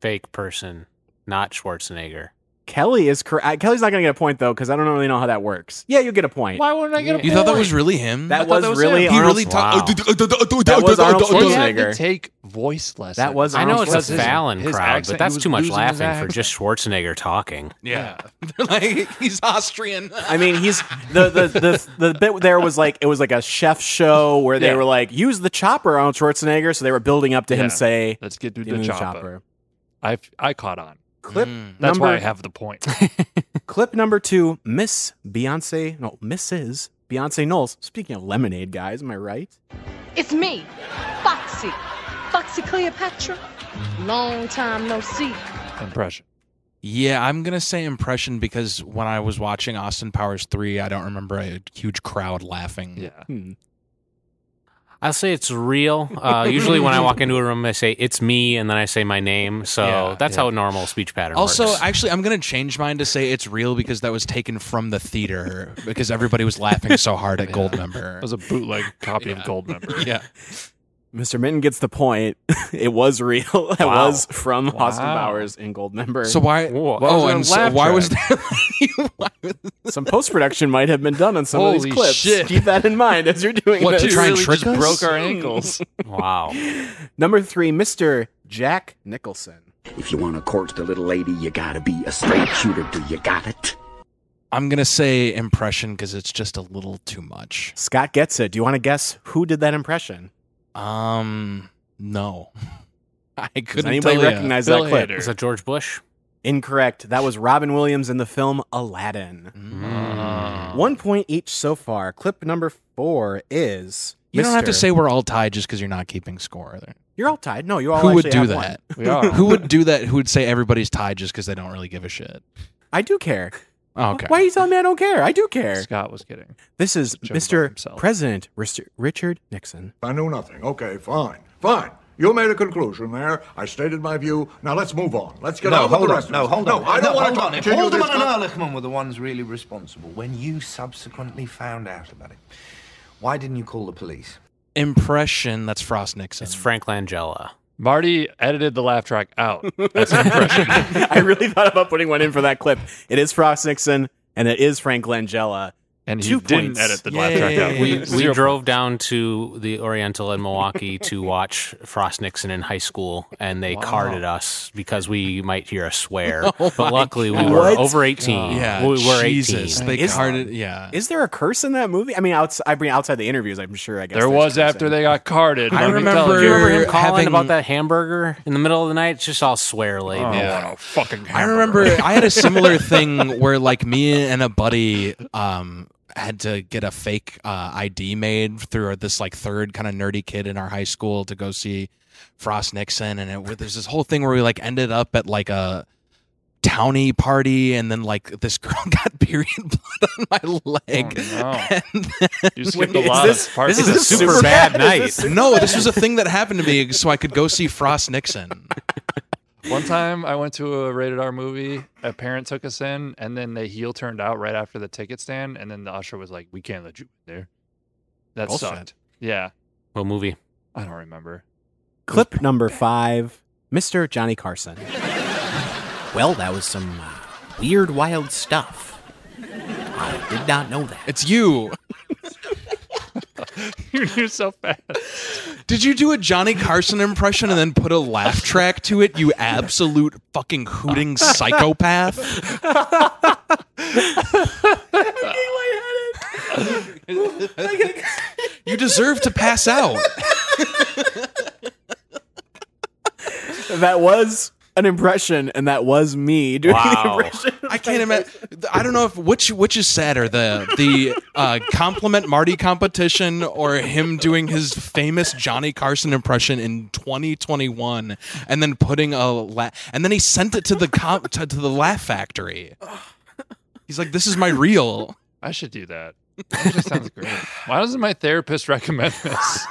[SPEAKER 5] Fake person, not Schwarzenegger.
[SPEAKER 3] Kelly is correct. Kelly's not going to get a point though because I don't really know how that works. Yeah, you get a point.
[SPEAKER 2] Why wouldn't I get a
[SPEAKER 4] You thought that was really him?
[SPEAKER 3] That
[SPEAKER 4] I thought
[SPEAKER 3] was really
[SPEAKER 4] him. He
[SPEAKER 3] Arnold-
[SPEAKER 4] really Oh,
[SPEAKER 5] Wow.
[SPEAKER 4] talked.
[SPEAKER 3] That was Arnold
[SPEAKER 2] He had
[SPEAKER 3] Schwarzenegger.
[SPEAKER 2] to take voice lessons.
[SPEAKER 3] That was
[SPEAKER 5] I
[SPEAKER 3] Arnold
[SPEAKER 5] know it's a
[SPEAKER 3] Schwarzenegger.
[SPEAKER 5] Fallon
[SPEAKER 2] His
[SPEAKER 5] crowd,
[SPEAKER 2] accent,
[SPEAKER 5] but that's
[SPEAKER 2] he was
[SPEAKER 5] too much
[SPEAKER 2] losing his
[SPEAKER 5] laughing for
[SPEAKER 2] accent.
[SPEAKER 5] just Schwarzenegger talking.
[SPEAKER 4] Yeah. They're like, he's Austrian.
[SPEAKER 3] I mean, he's the the, the the bit there was like it was like a chef show where they
[SPEAKER 2] Yeah.
[SPEAKER 3] were like use the chopper Arnold Schwarzenegger, so they were building up to
[SPEAKER 2] Yeah.
[SPEAKER 3] him say
[SPEAKER 2] Let's get to
[SPEAKER 3] "Give me
[SPEAKER 2] the chopper. I I caught on.
[SPEAKER 3] Clip
[SPEAKER 2] That's
[SPEAKER 3] number
[SPEAKER 2] why I have the point.
[SPEAKER 3] clip number two, Miss Beyonce, no Mrs. Beyonce Knowles. Speaking of lemonade, guys, am I right?
[SPEAKER 8] It's me, Foxy. Foxy Cleopatra. Long time no see.
[SPEAKER 2] impression.
[SPEAKER 4] Yeah, I'm going to say impression because when I was watching Austin Powers 3, I don't remember a huge crowd laughing.
[SPEAKER 2] Yeah.
[SPEAKER 5] I'll say it's real. Uh, usually, when I walk into a room, I say it's me, and then I say my name. So
[SPEAKER 2] Yeah,
[SPEAKER 5] that's
[SPEAKER 2] yeah.
[SPEAKER 5] how a normal speech pattern
[SPEAKER 4] Also,
[SPEAKER 5] works.
[SPEAKER 4] actually, I'm going to change mine to say it's real because that was taken from the theater because everybody was laughing so hard at Goldmember.
[SPEAKER 2] It was a bootleg copy of Goldmember.
[SPEAKER 4] yeah.
[SPEAKER 3] Mr. Minton gets the point. it was real. That
[SPEAKER 5] Wow.
[SPEAKER 3] was from Austin
[SPEAKER 2] Wow.
[SPEAKER 3] Powers in Goldmember.
[SPEAKER 4] So why?
[SPEAKER 2] Why was
[SPEAKER 4] oh,
[SPEAKER 2] there a
[SPEAKER 4] and so
[SPEAKER 2] laugh
[SPEAKER 4] why was
[SPEAKER 2] track?
[SPEAKER 4] there? why was-
[SPEAKER 3] some post production might have been done on some of these
[SPEAKER 2] Holy
[SPEAKER 3] clips.
[SPEAKER 2] shit.
[SPEAKER 3] Keep that in mind as you're doing
[SPEAKER 4] What,
[SPEAKER 3] this.
[SPEAKER 4] to try and trick us?
[SPEAKER 2] broke our ankles.
[SPEAKER 5] wow.
[SPEAKER 3] Number three, Mr. Jack Nicholson.
[SPEAKER 9] If you want to court the little lady, you gotta be a straight shooter. Do you got it?
[SPEAKER 4] I'm going to say impression because it's just a little too much.
[SPEAKER 3] Scott gets it. Do you want to guess who did that impression?
[SPEAKER 4] Um, no. I
[SPEAKER 3] Does
[SPEAKER 4] couldn't
[SPEAKER 3] anybody
[SPEAKER 4] tell ya.
[SPEAKER 3] recognize
[SPEAKER 2] Bill
[SPEAKER 3] that clip?
[SPEAKER 2] Hader.
[SPEAKER 5] Is that George Bush?
[SPEAKER 3] Incorrect. That was Robin Williams in the film Aladdin.
[SPEAKER 4] Mm.
[SPEAKER 3] One point each so far. Clip number four is.
[SPEAKER 4] You don't have to
[SPEAKER 3] Mr.
[SPEAKER 4] say we're all tied just because you're not keeping score. Either.
[SPEAKER 3] You're all tied. No, you all
[SPEAKER 4] Who would
[SPEAKER 3] actually
[SPEAKER 4] do
[SPEAKER 3] have
[SPEAKER 4] that?
[SPEAKER 3] one.
[SPEAKER 2] we are.
[SPEAKER 4] Who would do that? Who would say everybody's tied just because they don't really give a shit?
[SPEAKER 3] I do care.
[SPEAKER 4] Oh, okay.
[SPEAKER 3] Why are you telling me I don't care? I do care.
[SPEAKER 2] Scott was kidding.
[SPEAKER 3] This is
[SPEAKER 2] Joke about
[SPEAKER 3] Mr.
[SPEAKER 2] himself.
[SPEAKER 3] President Rist- Richard Nixon.
[SPEAKER 7] I know nothing. Okay, fine. Fine. You made a conclusion there. I stated my view. Now let's move on. Let's get on
[SPEAKER 10] No,
[SPEAKER 7] with
[SPEAKER 10] hold
[SPEAKER 7] the
[SPEAKER 10] on.
[SPEAKER 7] rest
[SPEAKER 10] No,
[SPEAKER 7] of this.
[SPEAKER 10] hold on.
[SPEAKER 7] No, I don't
[SPEAKER 10] No,
[SPEAKER 7] want
[SPEAKER 10] hold
[SPEAKER 7] to
[SPEAKER 10] on. If
[SPEAKER 7] continue this
[SPEAKER 10] Haldeman and
[SPEAKER 7] con-
[SPEAKER 10] Ehrlichman were the ones really responsible, when you subsequently found out about it, why didn't you call the police?
[SPEAKER 4] Impression. That's Frost Nixon.
[SPEAKER 5] It's Frank Langella.
[SPEAKER 2] Marty edited the laugh track out.
[SPEAKER 3] I really thought about putting one in for that clip. It is Frost Nixon and it is Frank Langella.
[SPEAKER 2] And he
[SPEAKER 3] Two
[SPEAKER 2] didn't
[SPEAKER 3] points.
[SPEAKER 2] edit the laugh track out.
[SPEAKER 4] Yay.
[SPEAKER 5] We
[SPEAKER 2] Zero
[SPEAKER 5] drove down to the Oriental in Milwaukee to watch Frost Nixon in high school, and they carded us because we might hear a swear.
[SPEAKER 4] Oh
[SPEAKER 5] but luckily, we were
[SPEAKER 3] What?
[SPEAKER 5] over 18.
[SPEAKER 4] Yeah.
[SPEAKER 5] we were 18.
[SPEAKER 4] Jesus. They
[SPEAKER 3] Is-
[SPEAKER 4] carded. Yeah.
[SPEAKER 3] Is there a curse in that movie? I mean, outside, I mean, outside the interviews, I'm sure. I guess
[SPEAKER 2] There
[SPEAKER 3] there's
[SPEAKER 2] was
[SPEAKER 3] cursing.
[SPEAKER 2] after they got carded.
[SPEAKER 4] I
[SPEAKER 2] let me
[SPEAKER 4] remember-
[SPEAKER 2] tell
[SPEAKER 5] Do you
[SPEAKER 2] you.
[SPEAKER 5] remember him
[SPEAKER 4] You're
[SPEAKER 5] calling
[SPEAKER 4] having-
[SPEAKER 5] about that hamburger in the middle of the night? It's just all swear laden.
[SPEAKER 4] Oh.
[SPEAKER 2] I don't want a fucking
[SPEAKER 4] I
[SPEAKER 2] hamburger.
[SPEAKER 4] remember I had a similar thing where like me and a buddy um had to get a fake uh, ID made through this like third kind of nerdy kid in our high school to go see Frost Nixon, and it, there's this whole thing where we like ended up at like a townie party, and then like this girl got period blood on my leg.
[SPEAKER 2] Oh,
[SPEAKER 4] And
[SPEAKER 2] no. You skipped a
[SPEAKER 3] Is
[SPEAKER 2] lot
[SPEAKER 3] this-
[SPEAKER 2] of parts.
[SPEAKER 5] this
[SPEAKER 2] of
[SPEAKER 5] is a
[SPEAKER 2] the-
[SPEAKER 5] super bad night.
[SPEAKER 4] no, this was a thing that happened to me, so I could go see Frost Nixon.
[SPEAKER 2] One time I went to a rated R movie, a parent took us in, and then they heel turned out right after the ticket stand, and then the usher was like, We can't let you in there. That
[SPEAKER 4] Bullshit.
[SPEAKER 2] sucked. Yeah.
[SPEAKER 5] What movie?
[SPEAKER 2] I don't remember.
[SPEAKER 3] Clip number five Mr. Johnny Carson. Well, that was some uh, weird, wild stuff. I did not know that.
[SPEAKER 4] It's you.
[SPEAKER 2] you knew so fast.
[SPEAKER 4] Did you do a Johnny Carson impression and then put a laugh track to it? You absolute fucking hooting psychopath. You deserve to pass out.
[SPEAKER 3] That was an impression, and that was me doing the
[SPEAKER 5] Wow.
[SPEAKER 3] impression.
[SPEAKER 4] I can't imagine. I don't know if which which is sadder the the uh, compliment Marty competition or him doing his famous Johnny Carson impression in 2021 and then putting a la- and then he sent it to the comp- to, to the Laugh Factory. He's like, "This is my reel."
[SPEAKER 2] I should do that. That actually sounds great. Why doesn't my therapist recommend this?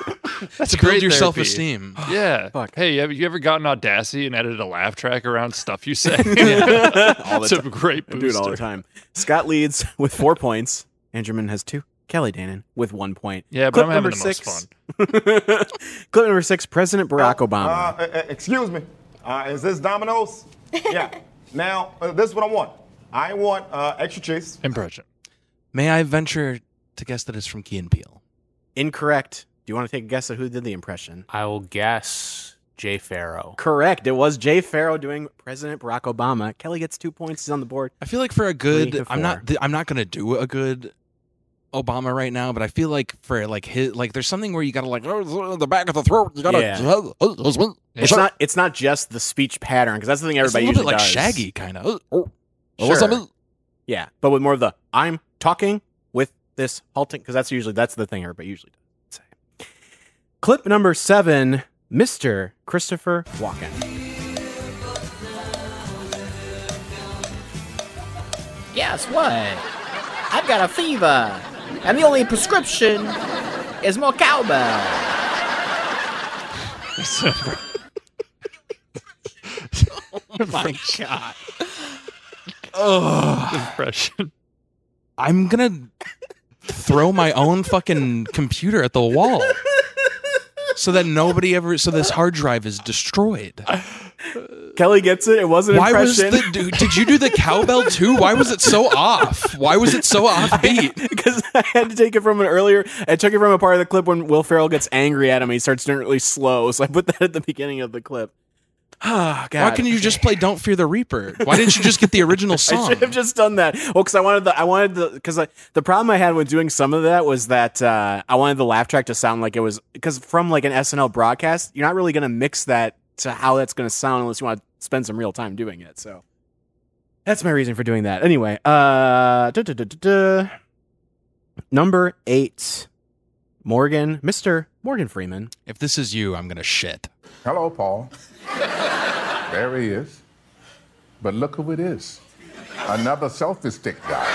[SPEAKER 2] That's
[SPEAKER 4] to build
[SPEAKER 2] great therapy.
[SPEAKER 4] your self esteem.
[SPEAKER 2] Yeah.
[SPEAKER 3] Fuck.
[SPEAKER 2] Hey, have you ever gotten Audacity and edited a laugh track around stuff you say? All it's a great
[SPEAKER 3] I
[SPEAKER 2] booster.
[SPEAKER 3] do it all the time. Scott leads with four points. Andrewman has two. Kelly Dannon with one point.
[SPEAKER 2] Yeah, but
[SPEAKER 3] Clip
[SPEAKER 2] I'm having
[SPEAKER 3] number
[SPEAKER 2] the most
[SPEAKER 3] six.
[SPEAKER 2] fun.
[SPEAKER 3] Clip number six President Barack Obama.
[SPEAKER 11] Uh, uh, excuse me. Uh, is this Domino's? yeah. Now, uh, this is what I want. I want uh, extra cheese.
[SPEAKER 2] Impression.
[SPEAKER 4] May I venture to guess that it's from Key and Peele?
[SPEAKER 3] Incorrect. Do you want to take a guess at who did the impression?
[SPEAKER 5] I will guess Jay Farrow.
[SPEAKER 3] Correct. It was Jay Farrow doing President Barack Obama. Kelly gets two points. He's on the board.
[SPEAKER 4] I feel like for a
[SPEAKER 3] Three to
[SPEAKER 4] good, I'm not,
[SPEAKER 3] four.
[SPEAKER 4] th- I'm not gonna do a good Obama right now, but I feel like for like his, like there's something where you gotta like oh, the back of the throat, you gotta.
[SPEAKER 3] It's not. It's not just the speech pattern because that's the thing
[SPEAKER 4] It's a
[SPEAKER 3] everybody
[SPEAKER 4] little bit
[SPEAKER 3] usually
[SPEAKER 4] like
[SPEAKER 3] does.
[SPEAKER 4] Shaggy, kind of.
[SPEAKER 3] Sure. Yeah, but with more of the I'm talking with this halting because that's usually that's the thing everybody usually does. Say. Clip number seven, Mr. Christopher Walken.
[SPEAKER 12] Guess what? I've got a fever, and the only prescription is more cowbell.
[SPEAKER 4] My God,
[SPEAKER 2] Impression.
[SPEAKER 4] I'm gonna throw my own fucking computer at the wall. So that nobody ever, so this hard drive is destroyed.
[SPEAKER 3] Kelly gets it. It was an
[SPEAKER 4] Why was
[SPEAKER 3] impression
[SPEAKER 4] the dude, did you do the cowbell too? Why was it so off? Why was it so offbeat?
[SPEAKER 3] because I had to take it from an earlier. I took it from a part of the clip when Will Ferrell gets angry at him. and He starts doing it really slow, so I put that at the beginning of the clip. Ah, God.
[SPEAKER 4] Why can you just play "Don't Fear the Reaper"? Why didn't you just get the original
[SPEAKER 3] I
[SPEAKER 4] song?
[SPEAKER 3] should have just done that. Well, because I wanted the I wanted the because the problem I had with doing some of that was that uh, I wanted the laugh track to sound like it was because from like an SNL broadcast, you're not really going to mix that to how that's going to sound unless you want to spend some real time doing it. So that's my reason for doing that. Anyway, uh, duh, duh, duh, duh, duh. number eight, Morgan, Mister Morgan Freeman.
[SPEAKER 4] If this is you, I'm gonna shit.
[SPEAKER 11] Hello, Paul. there he is. But look who it is. Another selfie stick guy.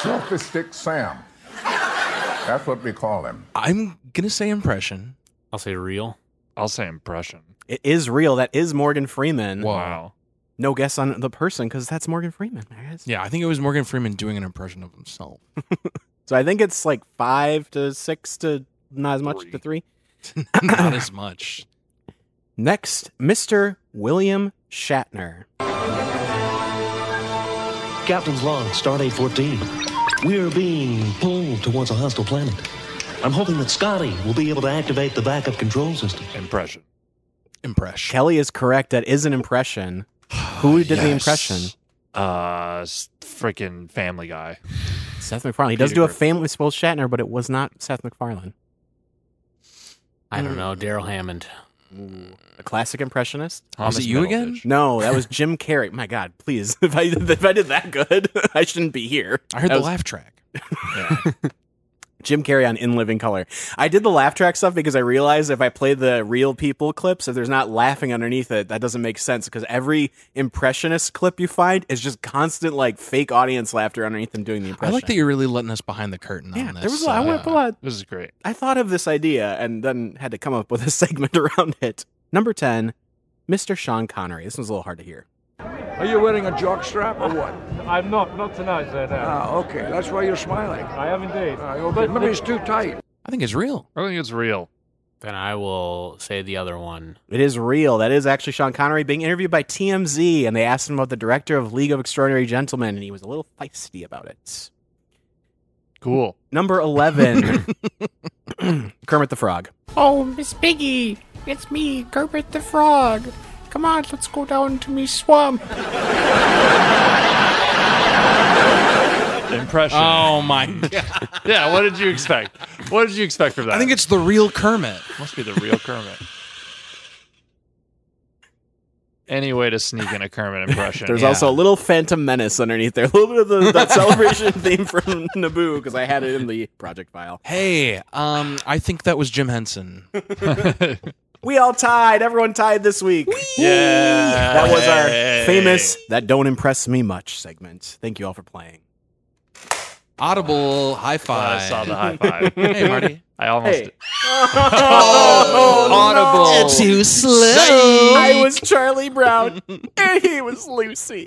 [SPEAKER 11] selfie stick Sam. That's what we call him.
[SPEAKER 4] I'm gonna say impression.
[SPEAKER 5] I'll say real.
[SPEAKER 2] I'll say impression.
[SPEAKER 3] It is real. That is Morgan Freeman.
[SPEAKER 2] Wow.
[SPEAKER 3] No guess on the person because that's Morgan Freeman. I guess.
[SPEAKER 4] Yeah, I think it was Morgan Freeman doing an impression of himself.
[SPEAKER 3] So I think it's like five to six to not as much to three.
[SPEAKER 4] Not as much.
[SPEAKER 3] Next, Mr. William Shatner.
[SPEAKER 12] Captain's log, stardate 14. We're being pulled towards a hostile planet. I'm hoping that Scotty will be able to activate the backup control system.
[SPEAKER 2] Impression.
[SPEAKER 4] Impression.
[SPEAKER 3] Kelly is correct. That is an impression. Who did the
[SPEAKER 4] Yes.
[SPEAKER 3] impression?
[SPEAKER 2] Uh, s- freaking Family Guy.
[SPEAKER 3] Seth MacFarlane. He does
[SPEAKER 2] Peter
[SPEAKER 3] do a
[SPEAKER 2] Griffin.
[SPEAKER 3] family spell Shatner, but it was not Seth MacFarlane.
[SPEAKER 5] I
[SPEAKER 12] Mm.
[SPEAKER 5] don't know. Daryl Hammond.
[SPEAKER 3] A classic impressionist?
[SPEAKER 2] Thomas
[SPEAKER 4] it you again?
[SPEAKER 2] Middleditch.
[SPEAKER 3] No, that was Jim Carrey. My God, please. If I, if I did that good, I shouldn't be here.
[SPEAKER 4] I heard
[SPEAKER 3] That
[SPEAKER 4] the
[SPEAKER 3] was-
[SPEAKER 4] laugh track.
[SPEAKER 3] Jim Carrey on In Living Color. I did the laugh track stuff because I realized if I play the real people clips, if there's not laughing underneath it, that doesn't make sense because every impressionist clip you find is just constant like fake audience laughter underneath them doing the
[SPEAKER 4] I
[SPEAKER 3] impression.
[SPEAKER 4] like that you're really letting us behind the curtain
[SPEAKER 3] yeah,
[SPEAKER 4] on this. uh,
[SPEAKER 3] there was a lot, I went up a lot.
[SPEAKER 2] This is great.
[SPEAKER 3] I thought of this idea and then had to come up with a segment around it. Number 10, Mr. Sean Connery. This one's a little hard to hear.
[SPEAKER 13] Are you wearing a jockstrap or what? I'm not, not tonight, sir. Ah, okay. That's why you're smiling. I am indeed. okay.
[SPEAKER 5] But
[SPEAKER 13] Maybe
[SPEAKER 5] the-
[SPEAKER 13] it's too tight.
[SPEAKER 4] I think it's real.
[SPEAKER 2] I think it's real.
[SPEAKER 5] Then I will say the other one.
[SPEAKER 3] It is real. That is actually Sean Connery being interviewed by TMZ, and they asked him about the director of League of Extraordinary Gentlemen, and he was a little feisty about it.
[SPEAKER 2] Cool.
[SPEAKER 3] Number 11, Kermit the Frog.
[SPEAKER 14] Oh, Miss Piggy, it's me, Gerbert the Frog. Come on, let's go down to me swamp.
[SPEAKER 2] Impression.
[SPEAKER 4] Oh my god.
[SPEAKER 2] yeah, what did you expect? What did you expect from that?
[SPEAKER 4] I think it's the real Kermit.
[SPEAKER 2] must be the real Kermit. Any way to sneak in a Kermit impression.
[SPEAKER 3] There's also a little Phantom Menace underneath there, a little bit of the, that celebration theme from Naboo, because I had it in the project file.
[SPEAKER 4] Hey, um, I think that was Jim Henson.
[SPEAKER 3] We all tied. Everyone tied this week.
[SPEAKER 2] Yeah.
[SPEAKER 3] That was our famous That Don't Impress Me Much segment. Thank you all for playing.
[SPEAKER 4] Audible high five.
[SPEAKER 2] I saw the high five.
[SPEAKER 4] hey, Marty.
[SPEAKER 2] I almost
[SPEAKER 3] Hey. Oh,
[SPEAKER 4] Audible. Too slow.
[SPEAKER 3] I was Charlie Brown, and he was Lucy.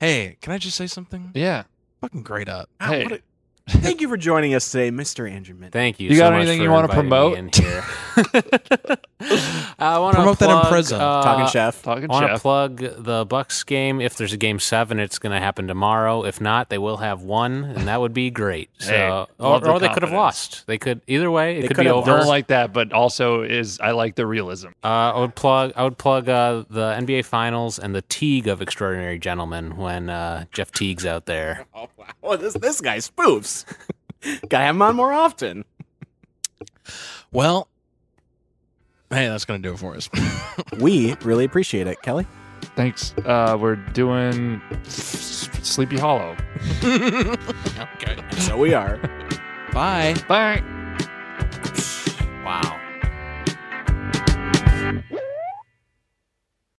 [SPEAKER 4] Hey, can I just say something?
[SPEAKER 2] Yeah.
[SPEAKER 4] Fucking great up.
[SPEAKER 3] Wow, what a- Thank you for joining us today, Mr. Andrew Mint.
[SPEAKER 5] Thank you.
[SPEAKER 2] You
[SPEAKER 5] so
[SPEAKER 2] got
[SPEAKER 5] much
[SPEAKER 2] anything
[SPEAKER 5] for
[SPEAKER 2] you wanna
[SPEAKER 5] inviting me
[SPEAKER 2] promote?
[SPEAKER 5] in here. I want to
[SPEAKER 4] Promote that
[SPEAKER 5] plug,
[SPEAKER 4] Impreza.
[SPEAKER 5] uh,
[SPEAKER 3] Talking Chef.
[SPEAKER 2] Talking
[SPEAKER 5] I want to
[SPEAKER 2] Chef.
[SPEAKER 5] plug the Bucks game. If there's a game seven, it's going to happen tomorrow. If not, they will have one, and that would be great. So,
[SPEAKER 2] Hey,
[SPEAKER 5] or,
[SPEAKER 2] love the
[SPEAKER 5] or they could have
[SPEAKER 2] confidence.
[SPEAKER 5] lost. They could either way. It
[SPEAKER 3] They
[SPEAKER 5] could
[SPEAKER 3] could
[SPEAKER 5] be
[SPEAKER 3] have
[SPEAKER 5] over.
[SPEAKER 2] Don't like that, but also is I like the realism.
[SPEAKER 5] Uh, I would plug. I would plug uh, the NBA Finals and the Teague of Extraordinary Gentlemen when uh, Jeff Teague's out there.
[SPEAKER 3] Oh, this this guy spoofs. Gotta have him on more often.
[SPEAKER 4] Well, hey, that's gonna do it for us.
[SPEAKER 3] We really appreciate it, Kelly.
[SPEAKER 2] Thanks. Uh, we're doing S- Sleepy Hollow.
[SPEAKER 4] okay.
[SPEAKER 3] So we are.
[SPEAKER 4] Bye.
[SPEAKER 2] Bye.
[SPEAKER 5] Wow.